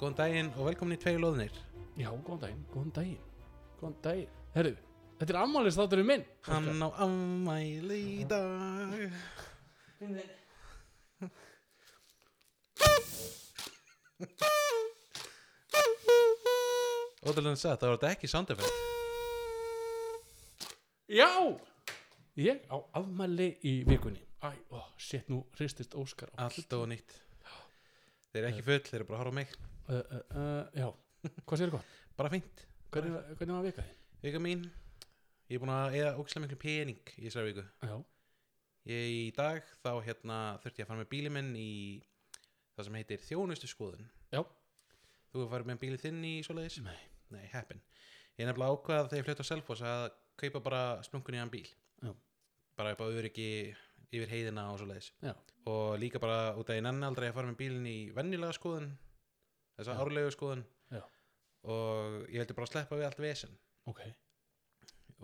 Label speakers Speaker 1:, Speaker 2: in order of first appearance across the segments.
Speaker 1: Góðan daginn og velkomin í tvei loðnir
Speaker 2: Já, góðan daginn, góðan daginn, góðan daginn Herru, þetta er ammálist þátturinn minn
Speaker 1: Hann á ammæli í dag Ótrúlega sagði það var þetta ekki sound effect
Speaker 2: Já Ég á afmæli í vikunni Æ, ó, shit, nú hristist Óskar á
Speaker 1: Allt og nýtt Þeir eru ekki full, þeir eru bara að horfa á mig
Speaker 2: uh, uh, uh, Já, hvað séu gott?
Speaker 1: Bara fínt,
Speaker 2: Hvernig, hvernig var vika þið?
Speaker 1: vika mín Ég er búin að eða ógislega miklu pening í þessari viku
Speaker 2: Já,
Speaker 1: Ég í dag þá hérna þurfti ég að fara með bílið minn í það sem heitir þjónustu skoðun
Speaker 2: já,
Speaker 1: Þú hefur farið með bílið þinn í svoleiðis?
Speaker 2: Nei.
Speaker 1: Nei, heppin. Ég er nefnilega ákvað þegar ég flutt á Selfoss að kaupa bara splunkunni hann bíl.
Speaker 2: Já.
Speaker 1: Bara upp á öryggi yfir heiðina og svoleiðis.
Speaker 2: Já.
Speaker 1: Og líka bara út af ég nenni aldrei að fara með bílinn í vennilega skoðun, þessa
Speaker 2: Já.
Speaker 1: árlegu skoðun.
Speaker 2: Já.
Speaker 1: Og ég vildi bara sleppa við allt vesen
Speaker 2: ok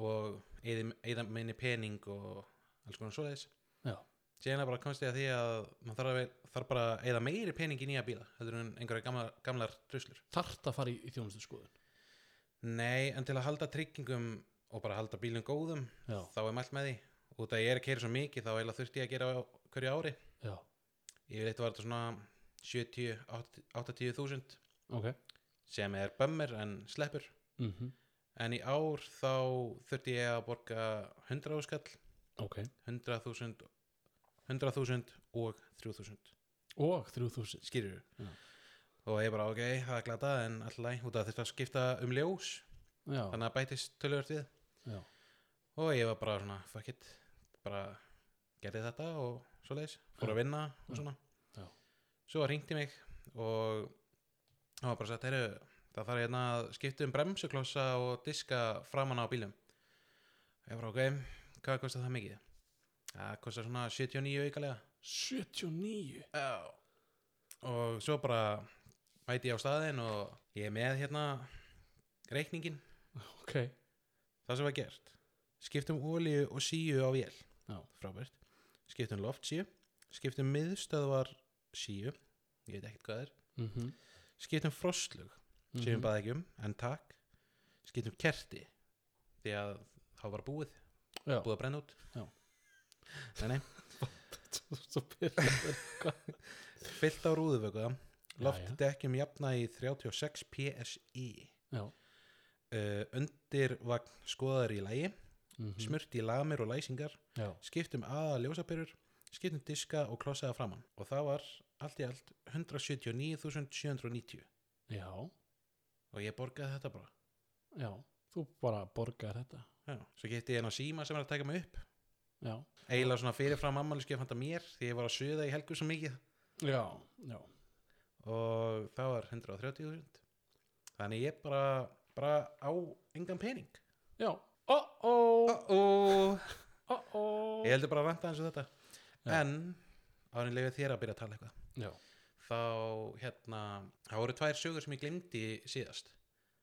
Speaker 1: og eyði- eyða minni pening og alls konar svoleiðis.
Speaker 2: Já.
Speaker 1: Sérna bara komst ég að því að maður þarf, að, ve- þarf bara að eða meiri pening í nýja bíla heldur en einhverja gamlar, gamlar druslur.
Speaker 2: Þart að fara í, í þjónustu skoðun
Speaker 1: Nei, en til að halda tryggingum og bara halda bílum góðum
Speaker 2: Já,
Speaker 1: þá er mælt með því út að ég er að keira svo mikið þá eiginlega þurfti ég að gera á hverju ári
Speaker 2: já,
Speaker 1: ég veit að var þetta svona 70-80 þúsund
Speaker 2: ok
Speaker 1: sem er bömmir en sleppur
Speaker 2: mm
Speaker 1: en í ár þá þurfti ég að borga 100 áskall
Speaker 2: Ok
Speaker 1: 100.000 100.000 og 3.000
Speaker 2: Og 3000
Speaker 1: skýrur
Speaker 2: Já.
Speaker 1: og ég bara ok, það er glata en alltaf út að þurfti að skipta um ljós
Speaker 2: Já,
Speaker 1: þannig að bætist tölvört við
Speaker 2: já,
Speaker 1: og ég var bara svona fuck it bara gerði þetta og svoleiðis fór að vinna og
Speaker 2: Já.
Speaker 1: svona
Speaker 2: Já.
Speaker 1: svo ringdi mig og hann var bara sagt heyru það þarf hérna að skipta um bremsuklossa og diska framan á bílum ég bara ok hvað kostar það mikið það kostar svona 79 aukalega
Speaker 2: 79
Speaker 1: Já. og svo bara mæti ég á staðinn og ég er með hérna reikningin
Speaker 2: Ok,
Speaker 1: það sem var gert skiptum olíu og síu á vél
Speaker 2: Já.
Speaker 1: frábært, skiptum loft síu skiptum miðstöðvar síu ég veit ekkert hvað það er
Speaker 2: mm -hmm.
Speaker 1: skiptum frostlug, sem
Speaker 2: Mhm.
Speaker 1: við baði ekki um en takk, skiptum kerti því að þá var búið
Speaker 2: Já,
Speaker 1: búið að brenna út
Speaker 2: Já.
Speaker 1: nei, nei,
Speaker 2: svo byrjaði
Speaker 1: fyllt á rúðuvöku
Speaker 2: Jæja.
Speaker 1: loftdekkjum jafna í 36 PSI
Speaker 2: Já,
Speaker 1: uh, undirvagn skoðar í lægi
Speaker 2: mm
Speaker 1: smurt í lamir og læsingar
Speaker 2: já,
Speaker 1: skiptum aða ljósabyrur skiptum um diska og klossaða framann og það var allt í allt 179.790
Speaker 2: já,
Speaker 1: og ég borgaði þetta bara
Speaker 2: já Þú bara borgar þetta
Speaker 1: Já. svo geti ég enn á síma sem er að taka mig upp
Speaker 2: Já,
Speaker 1: eiginlega svona fyrirfram ammaliski að fanta mér því ég var að suða í helgu svo mikið
Speaker 2: já, já
Speaker 1: og það var 130.000 þannig ég bara bara á engan pening
Speaker 2: Já, ó-ó,
Speaker 1: oh.
Speaker 2: ó-ó
Speaker 1: ég heldur bara að ranta eins og þetta
Speaker 2: Já.
Speaker 1: en árin leifir þér að byrja að tala eitthvað
Speaker 2: Já,
Speaker 1: þá hérna, þá voru tvær sögur sem ég glemdi síðast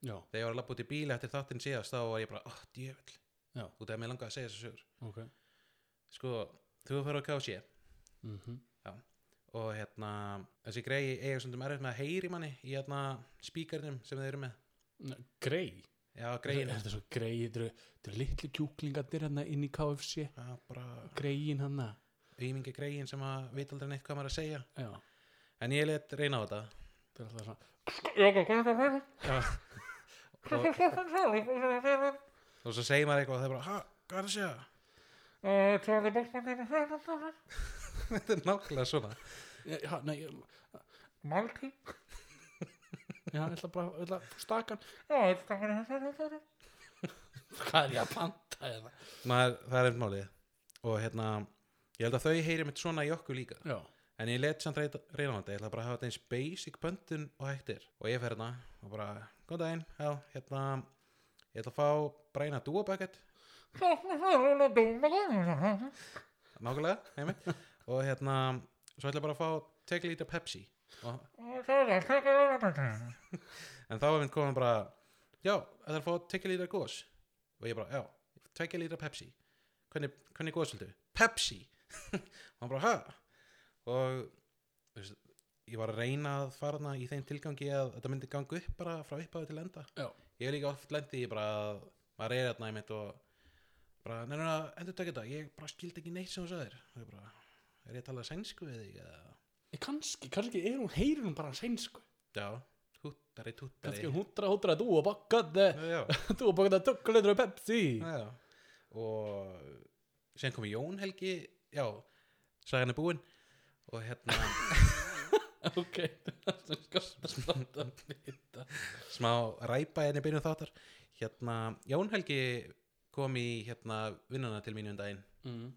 Speaker 2: já,
Speaker 1: þegar ég var að lappa út í bíli eftir þáttinn síðast þá var ég bara, oh, djöfull
Speaker 2: Já.
Speaker 1: út af að mér langaði að segja þessu sögur
Speaker 2: ok
Speaker 1: sko, þú fyrir á KFC
Speaker 2: mm
Speaker 1: og hérna, þessi grei eiga stundum erfitt með að heyri manni í hérna spíkarnum sem þeir eru með
Speaker 2: Grey
Speaker 1: já,
Speaker 2: Er
Speaker 1: greiðin
Speaker 2: þetta svo grey, þetta eru- þetta eru litlu kjúklingarnir hérna inn í KFC
Speaker 1: já, bara
Speaker 2: Greyin hérna
Speaker 1: aumingi greiðin sem að veit aldrei neitt hvað maður er að segja
Speaker 2: Já,
Speaker 1: en ég let reyna á þetta
Speaker 2: þetta er alltaf svona Já, ok, hvað er það fyrir?
Speaker 1: og, og svo segir maður eitthvað og það er bara, ha, hvað er að segja
Speaker 2: Tjóði bókmann
Speaker 1: þetta er nákvæmlega svona
Speaker 2: Já, nei Malti Já, ég ætla bara, ég ætla stakan Já, ég stakan Hvað er ég að panta hérna?
Speaker 1: maður, það er einmitt málið og hérna, ég held að þau heyri mitt svona í okkur líka
Speaker 2: Já,
Speaker 1: en ég let samt reyna reyna á þetta, ég ætla bara að hafa þetta eins basic pöntun og hættir og ég fer hérna og bara, góð daginn, já, hérna ég ætla að fá bræna dúabökkett nákvæmlega, heimi og hérna, svo ætla ég bara að fá take liter Pepsi og, en þá er minn komin bara já, þetta er að fá take liter gos og ég bara, já, take liter Pepsi hvernig, hvernig gos vildu? Pepsi og hann bara, hæ? og þú veist, ég var að reyna að fara hana í þeim tilgangi að þetta myndi ganga upp bara frá upphafi til enda
Speaker 2: Já.
Speaker 1: ég hef líka oft lendi í bara að maður er hérna í mitt og bara, neina, endur tekja þetta ég bara skildi ekki neitt sem þú sagðir og ég bara, er ég að tala sænsku við þig eða?
Speaker 2: Ég, kannski, kannski er hún, heyrir hún bara sænsku
Speaker 1: já, húttari, túttari
Speaker 2: kannski hún hundra, hundra, þú og bakkaði
Speaker 1: já,
Speaker 2: þú og bakkaði tökulegur og pepsi
Speaker 1: já, já. og sen kom Jón Helgi já, sagan er búin og hérna,
Speaker 2: ok, það skal standa að vita
Speaker 1: smá ræpa en ég byrjum þáttar hérna, Jón Helgi kom í hérna vinnuna til mínu um daginn
Speaker 2: mm.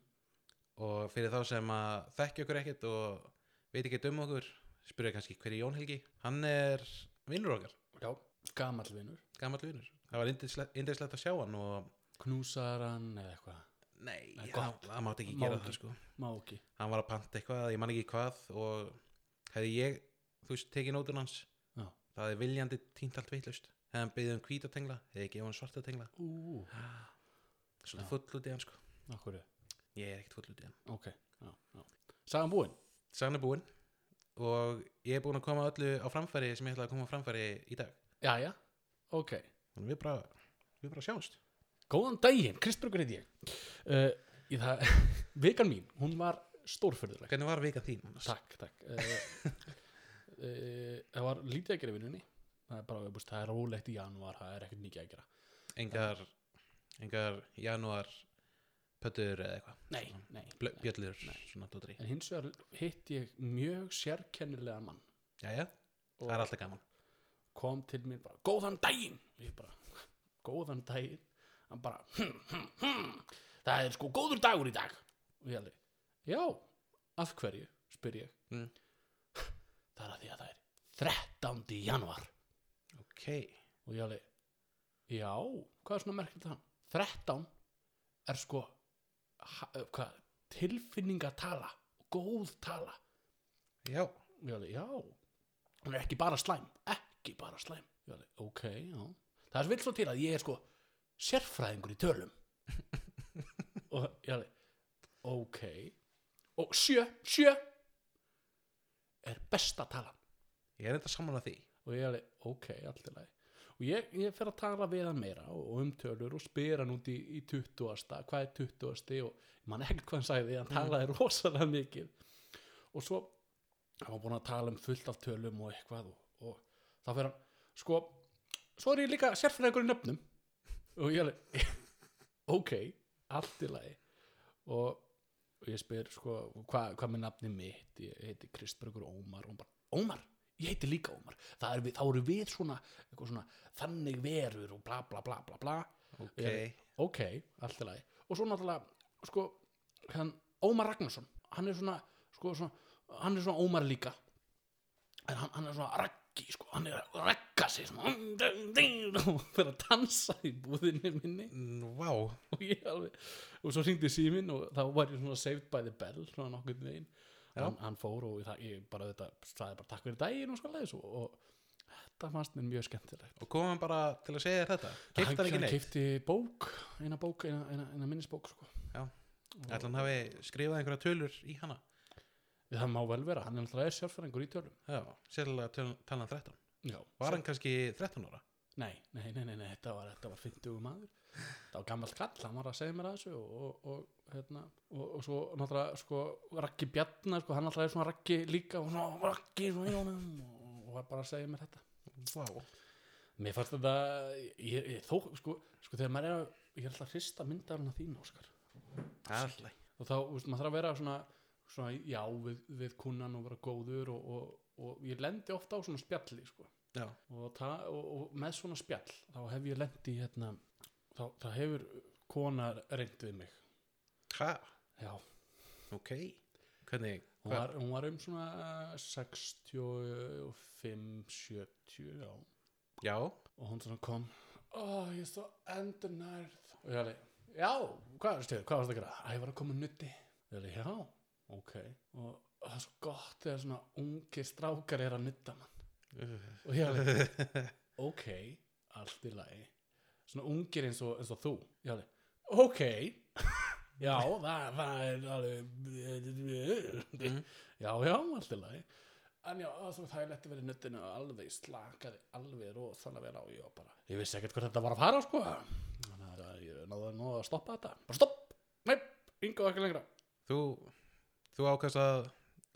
Speaker 1: og fyrir þá sem að þekkja okkur ekkert og veit ekki um okkur spurði kannski hver er Jón Helgi hann er vinnur okkar,
Speaker 2: já, gamall vinur
Speaker 1: gammal vinnur það var yndislegt yndislegt að sjá hann og
Speaker 2: knúsar hann eða eitthvað,
Speaker 1: nei,
Speaker 2: Nei,
Speaker 1: hann,
Speaker 2: gott.
Speaker 1: hann mátti ekki
Speaker 2: Má
Speaker 1: gera
Speaker 2: ekki.
Speaker 1: það sko
Speaker 2: má ekki
Speaker 1: hann var að panta eitthvað, ég man ekki hvað og hefði ég, þú veist, tekið nótun hans
Speaker 2: Já.
Speaker 1: það hefði viljandi týnt allt vitlaust hefði hann byggði um hvíta tengla hefði gefið hann svarta tengla
Speaker 2: ú, Já.
Speaker 1: svolítið full út í hann sko
Speaker 2: okkur
Speaker 1: ég er ekkert full út í hann
Speaker 2: ok, já, já sagðan búinn,
Speaker 1: sagan er búin og ég er búin að koma öllu á framfæri sem ég ætlaði að koma á framfæri í dag
Speaker 2: já, já, ok
Speaker 1: Þannig við bara, við bara sjáumst
Speaker 2: góðan daginn, Kristbjörgur heit ég uh, í það, vikan mín hún var stórfyrðuleg
Speaker 1: Hvernig var vika þín? annars?
Speaker 2: Takk, takk uh, uh, Það var lítið að gera í vinnunni Það er bara, búst, það er rólegt í janúar Það er ekkert mikið að gera
Speaker 1: Engar, engar janúar pöttur eða eitthvað
Speaker 2: Nei, nei
Speaker 1: Blö- Bjöllur, svona dótri
Speaker 2: En hins vegar hitt ég mjög sérkennilega mann
Speaker 1: Jæja, það er alltaf gaman
Speaker 2: kom til mér bara, góðan daginn Ég bara, góðan daginn Hann bara, hm, hm, hm Það er sko góður dagur í dag Og ég alveg, já, af hverju spyr ég
Speaker 1: Mm.
Speaker 2: Það er að því að það er 13. janúar
Speaker 1: Ok,
Speaker 2: og ég alveg já, hvað er svona merkilegt þann 13 er sko ha, eh, hvað, tilfinningatala góð tala
Speaker 1: já,
Speaker 2: og ég alveg, já hún er ekki bara slæm, ekki bara slæm ég alveg, ok, já það er svo vill svo til að ég er sko sérfræðingur í tölum og ég alveg, ok og sjö, sjö er besta talan
Speaker 1: ég er enda saman að því
Speaker 2: og ég er alveg, ok, allt í lagi og ég, ég fer að tala við hann meira og, og umtölur og spyr hann út í, í 20. hvað er 20. og ég man ekkert hvað hann sagði, hann talaði rosalega mikið og svo hann var búin að tala um fullt af tölum og eitthvað og, og þá fer hann sko, svo er ég líka sérfræðingur í nöfnum og ég er alveg ok, allt í lagi og, og ég spyr sko, hvað hva með nafni mitt ég heiti Kristbergur Ómar og hún bara, Ómar, ég heiti líka Ómar Það er við, þá eru við svona, eitthvað svona þannig verur og bla bla bla bla bla
Speaker 1: Ok,
Speaker 2: Ég- ok, allt í lagi og svo náttúrulega sko, hann, Ómar Ragnarsson hann er svona, sko, svona hann er svona Ómar líka en hann, hann er svona raggi sko, hann er að ragga sig svona, og fyrir að dansa í búðinni minni
Speaker 1: Mm, vá
Speaker 2: og ég alveg og svo syngdi símin og þá var ég svona saved by the bell svona nokkuð veginn
Speaker 1: Já.
Speaker 2: hann, hann fór og ég, það- ég bara þetta sagði bara takk fyrir daginn og svona leðis og, og þetta fannst mér mjög skemmtilegt
Speaker 1: Og komum bara til að segja þér þetta Keipt hann ekki neitt
Speaker 2: kipti bók, eina bók, eina, eina, eina minnisbók sko.
Speaker 1: Já.
Speaker 2: Og-
Speaker 1: Ætla hann hafi skrifað einhverja tölur í hana
Speaker 2: það má vel vera, hann er alltaf er sjálfræðingur í tölum
Speaker 1: Já, sérlega töl, talan 13
Speaker 2: já,
Speaker 1: Var hann kannski 13 ára?
Speaker 2: nei, nei, nei, nei, nei, þetta var, þetta var 50 maður það var gammal kall, hann var að segja mér að þessu og, og, og hérna og, og svo náttúrulega sko Raggi Bjarnar sko, hann náttúrulega er svona Raggi líka og svona Raggi svona í honum og, og var bara að segja mér þetta
Speaker 1: Vá
Speaker 2: mér fannst þetta ég, ég, þó, sko, sko þegar maður er að ég er alltaf að hrista myndarinn að þín Óskar
Speaker 1: Það er alltaf
Speaker 2: og þá, þú veist, maður þarf að vera svona, svona já, við, við kunnan og vera góður og, og, og ég lendi ofta á svona spjalli sko
Speaker 1: Já,
Speaker 2: og, ta- og, og með svona spjall þá hef ég lendi hérna þá, þá hefur kona reynd við mig
Speaker 1: ha,
Speaker 2: já,
Speaker 1: ok Hvernig,
Speaker 2: hún var, hún var um svona 65 70, já
Speaker 1: já,
Speaker 2: og hún svona kom ó, ég er svo endurnærð og ég alveg, já, hvað er stuð, hvað varst að gera að ég var að koma nutti ég alveg, já, ok og það er svo gott þegar svona ungi strákar er að nutta mann og ég alveg, ok, allt í lagi svona ungir eins og, eins og þú ég alveg, ok já, Mhm. það, það er alveg já, já, allt í lagi en já, það var þægilegt að vera í nöttinu og alveg slakaði alveg rosalega vel á ég og bara, ég vissi ekkert hvað þetta var að fara sko þannig að ég náði nú að stoppa þetta bara stopp, nei, yngu ekki lengra
Speaker 1: Þú, þú ákast að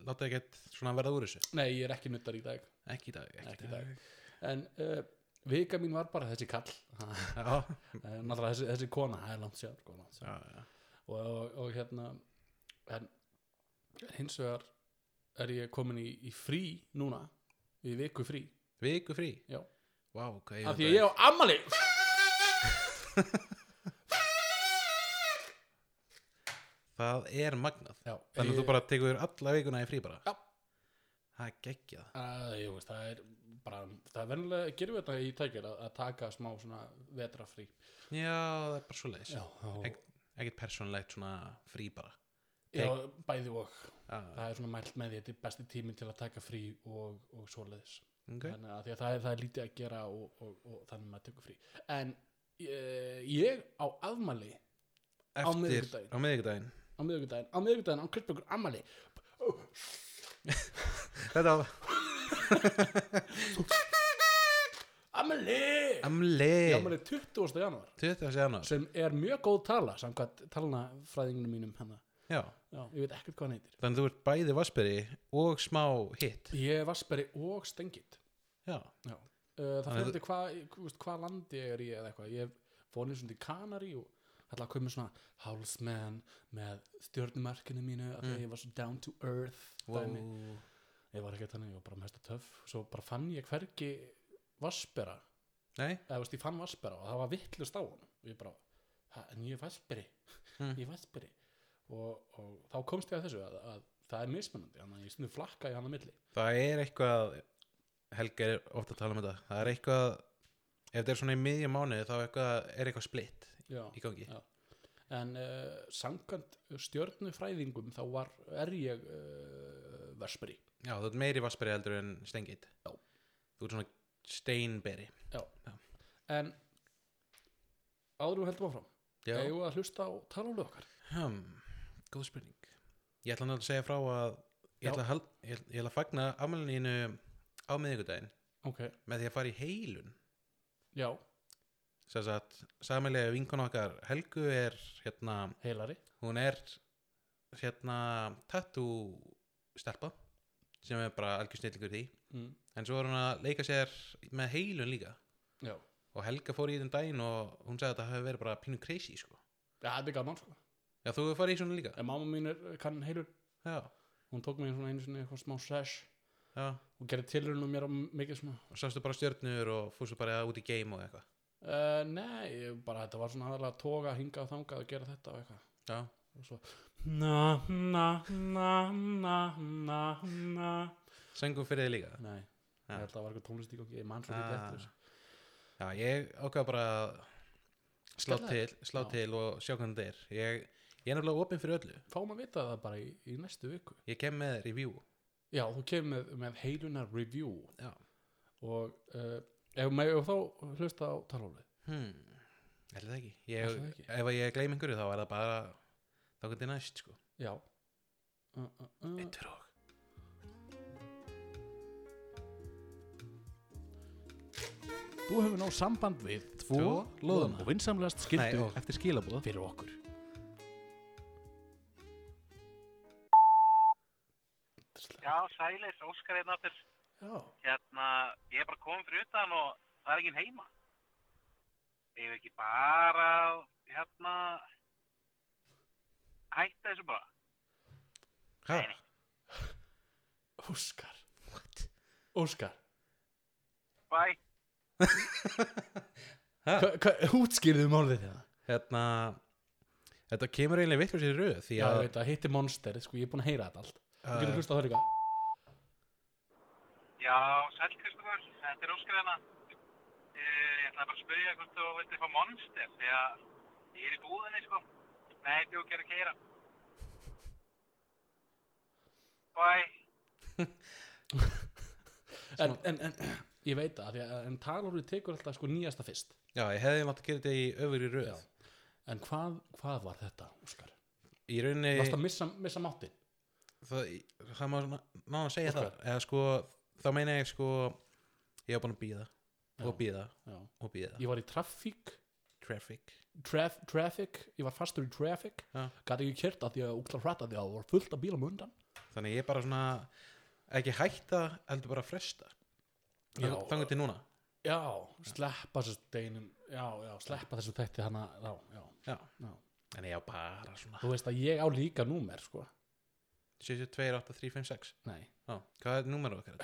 Speaker 1: láta ekkert svona verða úr þessu
Speaker 2: nei, ég er ekki nuttar í dag
Speaker 1: Ekki í dag, ekki,
Speaker 2: Ekki í dag. en uh, vika mín var bara þessi kall Eh,
Speaker 1: dag.
Speaker 2: náttúrulega þessi, þessi kona, það er langt sér, sko,
Speaker 1: Já,
Speaker 2: langt sér.
Speaker 1: já, já
Speaker 2: Og, og, og hérna en hins vegar er ég komin í, í frí núna, í viku frí
Speaker 1: Viku frí?
Speaker 2: Já.
Speaker 1: Vá, hvað
Speaker 2: af
Speaker 1: ég
Speaker 2: því að ég á ammali
Speaker 1: Það er magnað
Speaker 2: já,
Speaker 1: Þannig að
Speaker 2: ég-
Speaker 1: þú bara tekur alla vikuna í frí bara
Speaker 2: Já.
Speaker 1: Það er geggjað
Speaker 2: að, jú, veist, það er bara, það er venlega gerum við þetta í tækir að, að taka smá svona vetrafrí
Speaker 1: Já, það er bara svo leiðis
Speaker 2: og,
Speaker 1: Ekkert persónlegt svona frí bara
Speaker 2: já, bæði og
Speaker 1: Já,
Speaker 2: það er svona mælt með því, þetta er besti tími til að taka frí og, og svoleiðis
Speaker 1: ok
Speaker 2: þannig að, því að það, er, það er lítið að gera og, og, og þannig að maður tekur frí en eh, ég á afmæli
Speaker 1: Eftir,
Speaker 2: miðvikudaginn.
Speaker 1: Á miðvikudaginn
Speaker 2: á miðvikudaginn, á miðvikudaginn, á Kristbjörgur afmæli
Speaker 1: Þetta var
Speaker 2: afmæli,
Speaker 1: Amli
Speaker 2: afmæli 20. januar
Speaker 1: 20. januar
Speaker 2: sem er mjög góð tala samkvæmt talnafræðingunum mínum hana.
Speaker 1: Já,
Speaker 2: Já, ég veit ekkert hvað hann heitir
Speaker 1: þannig að þú ert bæði vassberi og smá hitt
Speaker 2: ég er vassberi og stengit
Speaker 1: Já,
Speaker 2: Já. Uh, það
Speaker 1: Þannig
Speaker 2: fyrir hvað hvað hva landi ég er í eða eitthvað ég fór svona til Kanari og ætla að koma með svona hálsmenn með stjörnumarkinu mínu af því að ég var svo down to earth
Speaker 1: wow
Speaker 2: dæmi. ég var ekki þannig, ég var bara mesta töff svo bara fann ég hvergi vaspera
Speaker 1: Nei,
Speaker 2: eða þú veist, ég fann vaspera og það var vittlust á honum og ég bara, "Ha, en ég er vasperi
Speaker 1: Mm.
Speaker 2: ég er vasperi og, og þá komst ég að þessu að, að það er mismunandi, þannig að ég stundu flakka í hann á milli
Speaker 1: það er eitthvað Helga er ofta að tala um þetta Það er eitthvað Ef þetta er svona í miðjum mánuði þá er eitthvað, er eitthvað splitt
Speaker 2: Já.
Speaker 1: í gangi
Speaker 2: Já. en uh, samkvæmt stjörnufræðingum þá var, er ég uh, vasperi
Speaker 1: Já, þú ert meiri vassberi heldur en stengit
Speaker 2: Já.
Speaker 1: Þú ert svona steinberi
Speaker 2: en áður en við heldum áfram
Speaker 1: Já,
Speaker 2: eigum við að hlusta á találög okkar
Speaker 1: hmm, góð spurning Ég ætla náttúrulega að segja frá að Ég
Speaker 2: Já.
Speaker 1: ætla að, hal, ég, ég ætla að fagna afmælinu á miðvikudaginn
Speaker 2: ok,
Speaker 1: með því að fara í heilun
Speaker 2: já,
Speaker 1: sem sagt, samilega vinkon okkar Helgu er hérna
Speaker 2: heilari
Speaker 1: hún er hérna tattoo stelpa sem er bara algjör snillingur í því
Speaker 2: mm.
Speaker 1: en svo er hún að leika sér með heilun líka
Speaker 2: já,
Speaker 1: og Helga fór í þetta um daginn og hún sagði að þetta hafi verið bara pínu crazy sko
Speaker 2: ja, það er gaman sko
Speaker 1: Já, þú hefur farið í svona líka
Speaker 2: en mamma mín er, kann heilur
Speaker 1: Já,
Speaker 2: hún tók mig svona einu sinni eitthvað smá sesh
Speaker 1: já
Speaker 2: og gerði tilurinn með mér á mikið svona
Speaker 1: og sástu bara stjörnur og fórstu bara út í game og eitthvað
Speaker 2: uh, nei, ég bara þetta var svona aðalega að toga, hinga og þangað og gera þetta og eitthvað
Speaker 1: Já,
Speaker 2: og svo na na na na na na
Speaker 1: söngum fyrir þig líka
Speaker 2: nei,
Speaker 1: Ja.
Speaker 2: ég held að það var eitthvað tónlist í gangi ég mann svo ekki
Speaker 1: Ah.
Speaker 2: eftir þessu.
Speaker 1: Já, ég ákvað bara að slá
Speaker 2: Skella
Speaker 1: til, slá
Speaker 2: Já.
Speaker 1: til og sjá hvernig þetta er ég, ég er nefnilega opinn fyrir öllu
Speaker 2: fáum að vita það bara í, í næstu viku
Speaker 1: Ég kem með review
Speaker 2: já, þú kemur með, með heiluna review
Speaker 1: Já.
Speaker 2: og uh, ef maður ef þá hlusta á találið
Speaker 1: hmm. Ætli það ekki.
Speaker 2: Ætli
Speaker 1: Ég,
Speaker 2: það ekki?
Speaker 1: Ef að ég gleym einhverju þá er það bara þá hvernig næst sko
Speaker 2: já uh, uh, uh.
Speaker 1: Eittur og
Speaker 2: Þú hefur náð samband við tvo
Speaker 1: Tvo
Speaker 2: loðum
Speaker 1: loðna.
Speaker 2: og vinsamlegast
Speaker 1: Nei,
Speaker 2: skildu
Speaker 1: og eftir skilabóð
Speaker 2: fyrir okkur.
Speaker 3: Já, sælis, Óskar einn aftur.
Speaker 2: Já,
Speaker 3: Hérna, ég er bara komin fyrir utan og það er enginn heima. Ég hef ekki bara, að, hérna, hætta þessu bara.
Speaker 1: Hæ?
Speaker 2: Óskar. What? Óskar.
Speaker 3: Bæ,
Speaker 1: Ha?
Speaker 2: Hva- hva- Útskýrðu málið þetta?
Speaker 1: Hérna Þetta kemur eiginlega vittur sér röð því
Speaker 2: Já, Ah.
Speaker 1: að
Speaker 2: ég veit að hitti monster, sko, ég er búin að heyra þetta allt. Þú getur
Speaker 1: uh,
Speaker 2: hlusta á það líka.
Speaker 3: já, sæl Kristofur, þetta er Óskar hérna. Eh, Ég ætlaði bara að spyrja hvort þú veit eitthvað monster, því að ég er í búðinni, sko. Nei, þú gerir að keira. Bæ.
Speaker 2: En, en, en, ég veit það, af því að- en talorðið tekur alltaf sko nýjasta fyrst.
Speaker 1: Já, ég hefði mátt að gera þetta í öfri röð
Speaker 2: Já. En hvað, hvað var þetta, Óskar?
Speaker 1: Í rauninni
Speaker 2: Eh. Varst að missa, missa máttin?
Speaker 1: það, það má ná að segja
Speaker 2: Óskar.
Speaker 1: það eða sko, þá meina ég sko ég var búin að býða og
Speaker 2: Já.
Speaker 1: býða
Speaker 2: Já.
Speaker 1: og býða,
Speaker 2: ég var í trafík
Speaker 1: traffic
Speaker 2: traf, traffic, ég var fastur í traffic
Speaker 1: Já.
Speaker 2: gæti ekki kert að því að úkla hrætt að því að það var fullt af bílum undan
Speaker 1: þannig ég bara svona ekki hætta, heldur bara að fresta
Speaker 2: Já.
Speaker 1: þangar til núna
Speaker 2: já, sleppa þessu steinum já, já, sleppa þessu þætti hana já, já,
Speaker 1: já.
Speaker 2: Já.
Speaker 1: en ég á bara svona
Speaker 2: þú veist að ég á líka númer sko,
Speaker 1: 72, 8, 3, 5, 6
Speaker 2: nei
Speaker 1: já. hvað er númeru okkar?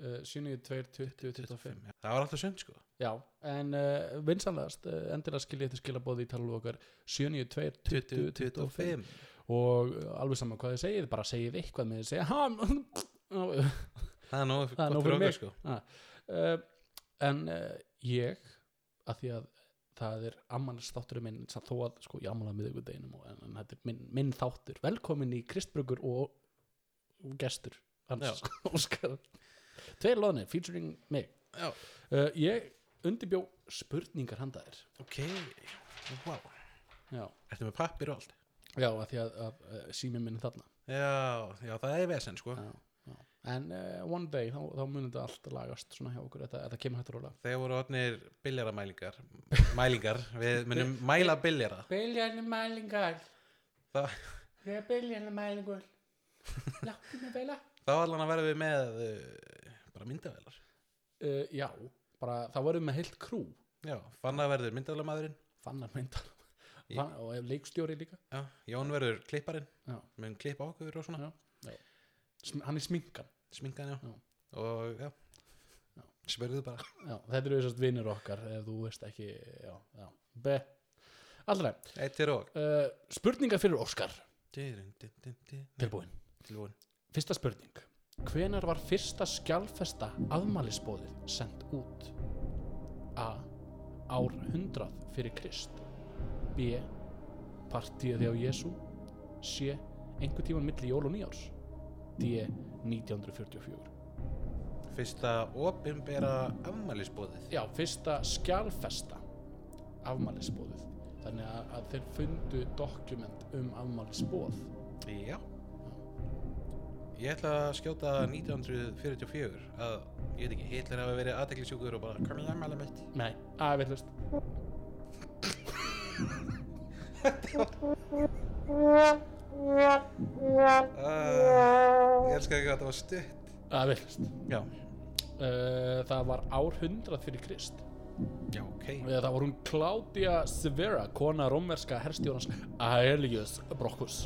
Speaker 2: uh, 72, 20, 25
Speaker 1: já. það var alltaf sönd sko
Speaker 2: já, en uh, vinsanlegast uh, endilega skiljið þetta skilabóði í talaðu okkar 72, 20, 25 og uh, alveg saman hvað þið segið bara segið eitthvað með þið segja "Ha,
Speaker 1: það er nóg
Speaker 2: Það er nóg
Speaker 1: gott
Speaker 2: fyrir
Speaker 1: fyrir
Speaker 2: mig.
Speaker 1: okkur sko
Speaker 2: uh, en uh, ég að því að það er ammanast þátturinn minn samt þó að sko ég ammanlega miðvikudeginum og, en, en þetta er minn, minn þáttur velkomin í Kristbrugur og, og gestur hans sko, Óskar tveir loðnir featuring mig
Speaker 1: Já.
Speaker 2: uh, ég undirbjó spurningar handa þér
Speaker 1: ok, wow
Speaker 2: já,
Speaker 1: sko. ertu með pappir og allt
Speaker 2: já að því að, að uh, síminn minn er þarna
Speaker 1: já, já, það er vesen sko
Speaker 2: já, já. en uh, one day þá, þá munum þetta allt lagast svona hjá okkur þetta, þetta kemur hægt að róla
Speaker 1: þegar voru orðnir biljaramælingar mælingar, við munum mæla biljara
Speaker 2: Biljarni mælingar
Speaker 1: Það-
Speaker 2: Ég er biljarni mælingur Láttu mig beila
Speaker 1: þá allan að verðum við með uh, bara myndavælar
Speaker 2: uh, Já, bara það vorum með heilt krú
Speaker 1: já, Fanna verður myndavælamæðurinn
Speaker 2: Fannar myndar
Speaker 1: Ég-
Speaker 2: Fann, og leikstjóri líka
Speaker 1: já, Jón verður klipparinn
Speaker 2: Já.
Speaker 1: við munum klippa okkur og svona
Speaker 2: Já. Sm Hann er sminkan
Speaker 1: sminkan já,
Speaker 2: Já.
Speaker 1: og já,
Speaker 2: Já.
Speaker 1: spurðu bara
Speaker 2: já, Þetta eru þessast vinnur okkar ef þú veist ekki já, já. Be Allra,
Speaker 1: eitt til rók
Speaker 2: uh, spurningar fyrir Óskar Tilbúin
Speaker 1: tilbúin
Speaker 2: Fyrsta spurning Hvenar var fyrsta skjálfesta afmælisbóðið sendt út? A. Ár 100 fyrir Krist B. Partíði á Jésu C. Einhver tíman milli jól og nýjárs D. 1944
Speaker 1: fyrsta opinbera afmælisbóðið
Speaker 2: Já, fyrsta skjálfesta afmælisbóðið Þannig að, að þeir fundu dokument um afmælisbóð
Speaker 1: já ég ætla að skjóta 1944 að ég veit ekki, Hitler hafi verið aðteklisjúkur og bara kom ég afmæli mitt
Speaker 2: Nei, að við hlust
Speaker 1: uh, ég elska ekki að það var stutt
Speaker 2: að við hlust
Speaker 1: já,
Speaker 2: uh, Það var ár 100 fyrir Krist
Speaker 1: já, ok
Speaker 2: Eða það var hún Claudia Severa, kona rómverska herstjórans Aelius Brockus.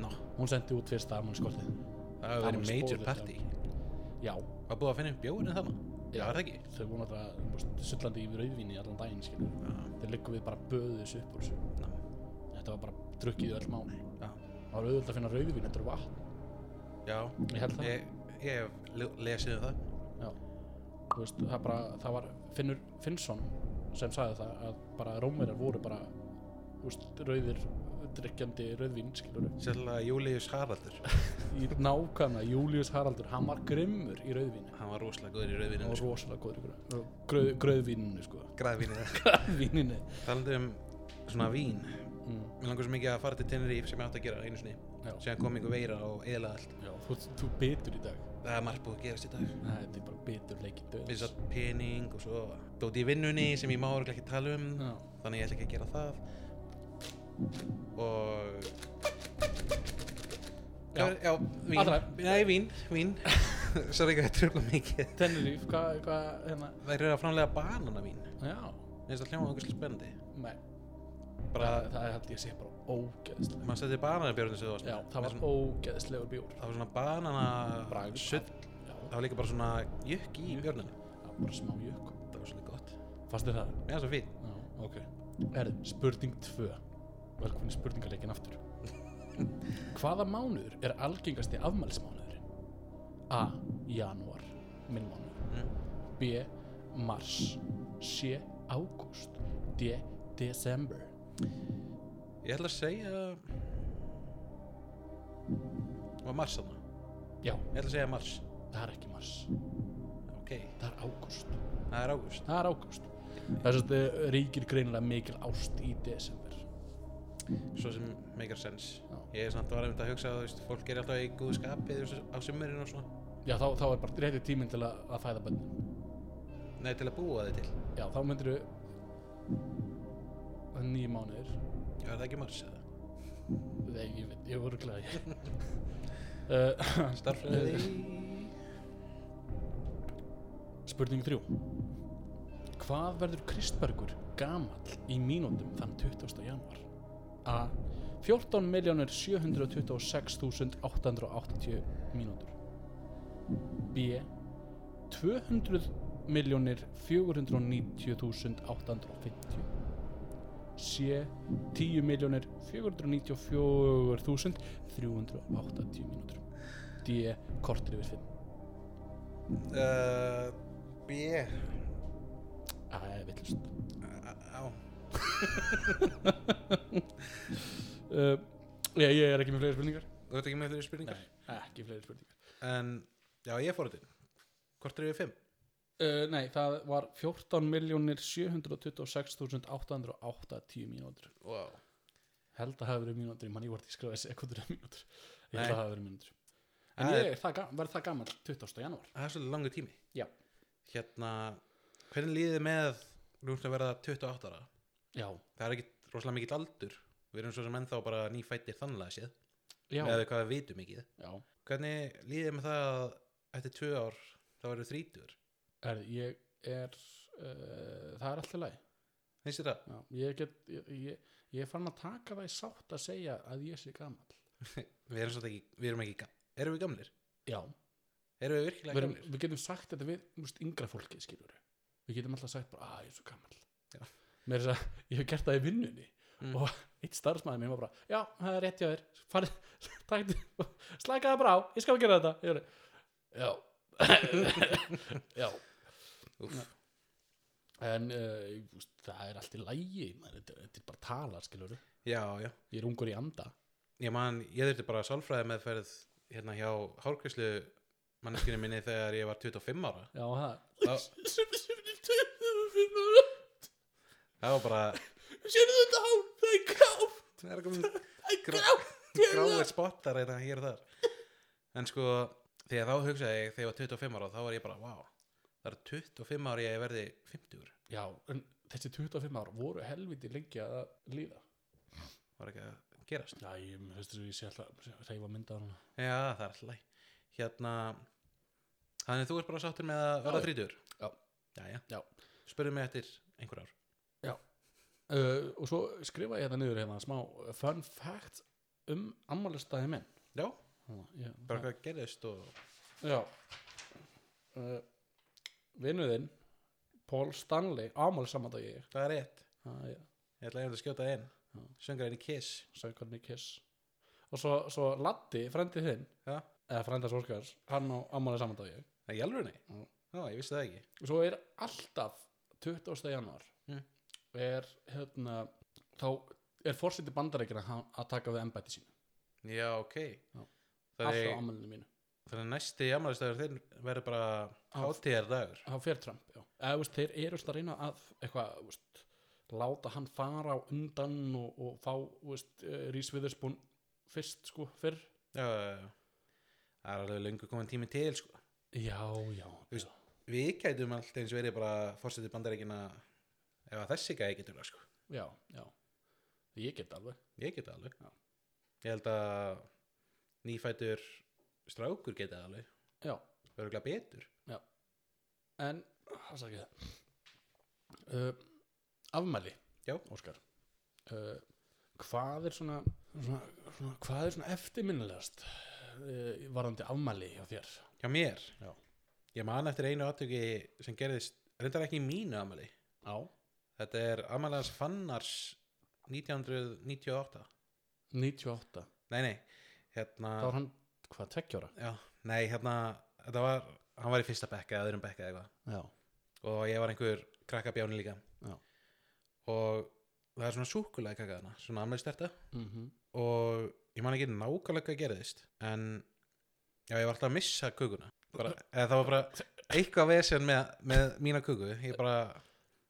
Speaker 1: no.
Speaker 2: Hún sendi út fyrsta armannskvöldið.
Speaker 1: það hafi verið
Speaker 2: Afmælisboðið,
Speaker 1: major
Speaker 2: já.
Speaker 1: party
Speaker 2: Já,
Speaker 1: var búið að finna upp bjóðinu þannig já, er það ekki
Speaker 2: þau voru náttúrulega þú veist, sullandi í rauðvinni allan daginn, skilur.
Speaker 1: já,
Speaker 2: Þeir liggum við bara böðu þessu upp úr þessu.
Speaker 1: ná,
Speaker 2: Þetta var bara drukkið í öll mál.
Speaker 1: já.
Speaker 2: Það var auðvitað að finna rauðvin, þetta er vatn.
Speaker 1: já,
Speaker 2: Ég held það.
Speaker 1: ég, ég hef le- lesið um það
Speaker 2: Já. Þú veist, það bara, það var Finnur Finnsson sem sagði það að bara rómverjar voru bara, þú veist, rauðir, drikkjandi rauðvin, skilur.
Speaker 1: sérlega Július Haraldur
Speaker 2: í nákvæmna Július Haraldur hann var grimmur í rauðvínu
Speaker 1: hann var rosalega góður í
Speaker 2: hann
Speaker 1: rauðvininu
Speaker 2: var
Speaker 1: sko.
Speaker 2: rosalega góður í gröð, gröð, gröðvíninu sko
Speaker 1: græðvininu
Speaker 2: gröðvíninu
Speaker 1: talandi um svona vín
Speaker 2: mm,
Speaker 1: mér langar svo mikið að fara til Tenerife sem ég átti að gera einu sinni
Speaker 2: já,
Speaker 1: síðan kom einhver veira og eðla allt
Speaker 2: já, þú, þú bitur í dag
Speaker 1: það er margt búið að gerast í dag
Speaker 2: Nei, þetta er bara bitur leikið
Speaker 1: við
Speaker 2: döðs
Speaker 1: satt pening og svo dóti í vinnunni sem ég má örugglega ekki tala um
Speaker 2: já,
Speaker 1: þannig ég ætla ekki að gera það og
Speaker 2: Já.
Speaker 1: já, já vín
Speaker 2: Allra.
Speaker 1: nei, vín, vín sorry hvað ég tröfla mikið
Speaker 2: Tenerife, hvað, hvað, hérna
Speaker 1: þær eru að framlega bananavín mér
Speaker 2: já,
Speaker 1: finnst það hljóma okkur slið spennandi
Speaker 2: nei,
Speaker 1: bara,
Speaker 2: það, það held ég sé bara ógeðslega
Speaker 1: maður setti bananabjörnum sem þú varst
Speaker 2: já,
Speaker 1: með.
Speaker 2: það
Speaker 1: Með
Speaker 2: var
Speaker 1: svona-
Speaker 2: ógeðslegur bjór
Speaker 1: það var svona banana
Speaker 2: Bragð-
Speaker 1: sull
Speaker 2: já,
Speaker 1: það var líka bara svona jökk í
Speaker 2: Jökk.
Speaker 1: björnunni
Speaker 2: það var bara smá jökk
Speaker 1: það var svolítið gott
Speaker 2: fannst þér það?
Speaker 1: mér finnst það fín
Speaker 2: já, ok er spurning 2 velkomin í spurningarleikin aftur hvaða mánuður er algengasti afmælismánuðurinn a. janúar minnmánuður
Speaker 1: mm.
Speaker 2: b. mars c. ágúst d. desember
Speaker 1: ég ætla að segja var mars þarna
Speaker 2: já,
Speaker 1: ég ætla að segja mars
Speaker 2: það er ekki mars
Speaker 1: ok
Speaker 2: það er ágúst
Speaker 1: það er águst
Speaker 2: eh, það er ágúst þess að ríkir greinilega mikil ást í desember
Speaker 1: svo sem meikar sens
Speaker 2: Já.
Speaker 1: ég er samt að vera mynd að hugsa að þú veist, fólk er alltaf í góðu skapi þú veist, á sumurinn og svona
Speaker 2: Já, þá, þá er bara rétti tíminn til að, að fæða bönn
Speaker 1: nei, til að búa þig til
Speaker 2: Já, þá myndir við Það er nýju mánuðir
Speaker 1: já, er það ekki mars eða?
Speaker 2: Nei, ég veit, ég voru glæði uh,
Speaker 1: starffræði
Speaker 2: Spurning 3 Hvað verður Kristbergur gamall í mínúndum þann 20. januar? A. 14.726.880 mínútur B. 200.490.850 C. 10.494.380 mínútur D. Kortir yfir 5
Speaker 1: uh, B
Speaker 2: Það er villust
Speaker 1: á
Speaker 2: uh, ég, ég er ekki með fleiri spurningar
Speaker 1: þú veit ekki með þeirri spurningar
Speaker 2: ekki fleiri spurningar
Speaker 1: en já, ég fór þetta hvort er ég fimm?
Speaker 2: uh, Nei, það var 14.726.880 mínútur
Speaker 1: wow
Speaker 2: Held að hafa verið mínútur, ég mann ég vorti skrifaði sekundur eða um mínútur Ég
Speaker 1: Nei.
Speaker 2: held að hafa verið mínútur En
Speaker 1: Það
Speaker 2: ég er það ga- verð það gamall 20. janúar
Speaker 1: það er svolítið langur tími
Speaker 2: Já.
Speaker 1: hérna, hvernig líðið þið með nú ertu að verða 28 ára
Speaker 2: Já,
Speaker 1: það er ekki rosalega mikill aldur við erum svo sem ennþá bara nýfættir þannlega séð
Speaker 2: já,
Speaker 1: með hvað við vitum ekki
Speaker 2: já
Speaker 1: hvernig líðið þér með það að eftir tvö ár þá eru þrítur
Speaker 2: er, Ég er uh, Það er alltaf læg
Speaker 1: finnst þér það?
Speaker 2: já, Ég get, ég, ég, ég er farin að taka það í sátt að segja að ég sé gamall
Speaker 1: við erum svolítið ekki, við erum ekki ga- erum við gamlir?
Speaker 2: Já,
Speaker 1: erum við
Speaker 2: við,
Speaker 1: virkilega
Speaker 2: erum,
Speaker 1: gamlir?
Speaker 2: við getum sagt þetta við þú veist, yngra fólki skilur við getum alltaf sagt bara að ég er svo
Speaker 1: Já.
Speaker 2: gammal mér er þess að ég hef gert það í vinnunni
Speaker 1: Mm.
Speaker 2: og eitt starfsmaður mér var bara já, það er rétt hjá þér Farið, taktu, slaka það bara á, ég skal gera þetta ég er, já já
Speaker 1: Úff.
Speaker 2: en uh, ég- þú veist, það er allt í lægi þetta þetta er bara tala skilur
Speaker 1: já, já
Speaker 2: ég er ungur í anda
Speaker 1: ég man, ég þurfti bara sálfræði meðferð hérna hjá hárkvislu manneskinu minni þegar ég var 25 ára
Speaker 2: já, það
Speaker 1: Já. það var bara
Speaker 2: sérðu þetta hál, það er grátt
Speaker 1: það er komin grá,
Speaker 2: ég er
Speaker 1: gráður spottar hérna hér og þar en sko þegar þá hugsaði ég þegar ég var 25 ára þá var ég bara, wow það eru 25 ára ég verði 50
Speaker 2: Já, en þessi 25 ár voru helviti lengi að líða.
Speaker 1: var ekki að gerast
Speaker 2: Já, ég veist þess að ég sé alltaf reyfa mynda hana.
Speaker 1: já, það er alltaf hérna, þannig þú ert bara sáttur með að verða
Speaker 2: Já,
Speaker 1: 30
Speaker 2: já.
Speaker 1: Jæja.
Speaker 2: Já.
Speaker 1: spurðu mig eftir einhver ár
Speaker 2: Uh, og svo skrifa ég þetta niður hérna smá fun fact um ammálistæði minn.
Speaker 1: já,
Speaker 2: Hana, ég,
Speaker 1: bara hvað gerðist og
Speaker 2: Já. Uh, Vinnuðinn, Paul Stanley, ammálsamandagi.
Speaker 1: það er rétt
Speaker 2: Það er
Speaker 1: Ég ætla að ég að skjóta það
Speaker 2: Já.
Speaker 1: inn Söngar í Kiss
Speaker 2: söngurinn í Kiss. Og svo, svo Latti, frendið þinn,
Speaker 1: Já.
Speaker 2: eða frendas Óskars, hann á ammálsamandagi.
Speaker 1: Það er í alveg nei
Speaker 2: Já.
Speaker 1: Já, ég vissi það ekki
Speaker 2: svo er alltaf 20. januar
Speaker 1: Mm.
Speaker 2: er hérna þá er fórseti bandarækina að taka við embætti sínu,
Speaker 1: Já, ok
Speaker 2: Já.
Speaker 1: Það
Speaker 2: alltaf
Speaker 1: er,
Speaker 2: ámælinu mínu
Speaker 1: þannig að næsti jammælistafur þeir verður bara hátíðar dagur
Speaker 2: þá fer Trump, já, eða þú veist, þeir eru veist, að reyna að eitthvað, þú veist, láta hann fara á undan og, og fá, þú veist, Rís Viðurspún fyrst, sko, fyrr
Speaker 1: Já, já, já Það er alveg lengur komin tími til sko.
Speaker 2: já, já,
Speaker 1: Þú veist, Við gætum allt eins verið bara fórsetið bandaríkina ef að þessi gæði getur það sko.
Speaker 2: já, já ég get alveg,
Speaker 1: Ég geta alveg
Speaker 2: Já.
Speaker 1: Ég held að nýfætur strákur geta alveg
Speaker 2: já
Speaker 1: Örgulega betur
Speaker 2: en, hvað sagði ég það uh, afmæli
Speaker 1: Já.
Speaker 2: Óskar uh, hvað er svona, svona, svona hvað er svona eftirminnilegast uh, varðandi afmæli hjá þér
Speaker 1: Hjá mér
Speaker 2: Já.
Speaker 1: Ég man eftir einu aðtöki sem gerðist reyndar ekki í mínu amæli
Speaker 2: á
Speaker 1: Þetta er Amalans Fannars 1998
Speaker 2: 98,
Speaker 1: Nei, nei, hérna
Speaker 2: þá var hann hvað, tveggjóra?
Speaker 1: já, Nei, hérna, þetta var Hann var í fyrsta bekka eða öðrum bekka eða eitthvað
Speaker 2: já,
Speaker 1: Og ég var einhver krakkabjáni líka
Speaker 2: Já.
Speaker 1: Og það er svona súkulega kaka þarna Svona amælisterta
Speaker 2: mm
Speaker 1: Og ég man ekki nákvæmlega hvað gerðist En Já, ég var alltaf að missa kökuna bara, Eða það var bara eitthvað vesinn með, með mína köku Ég bara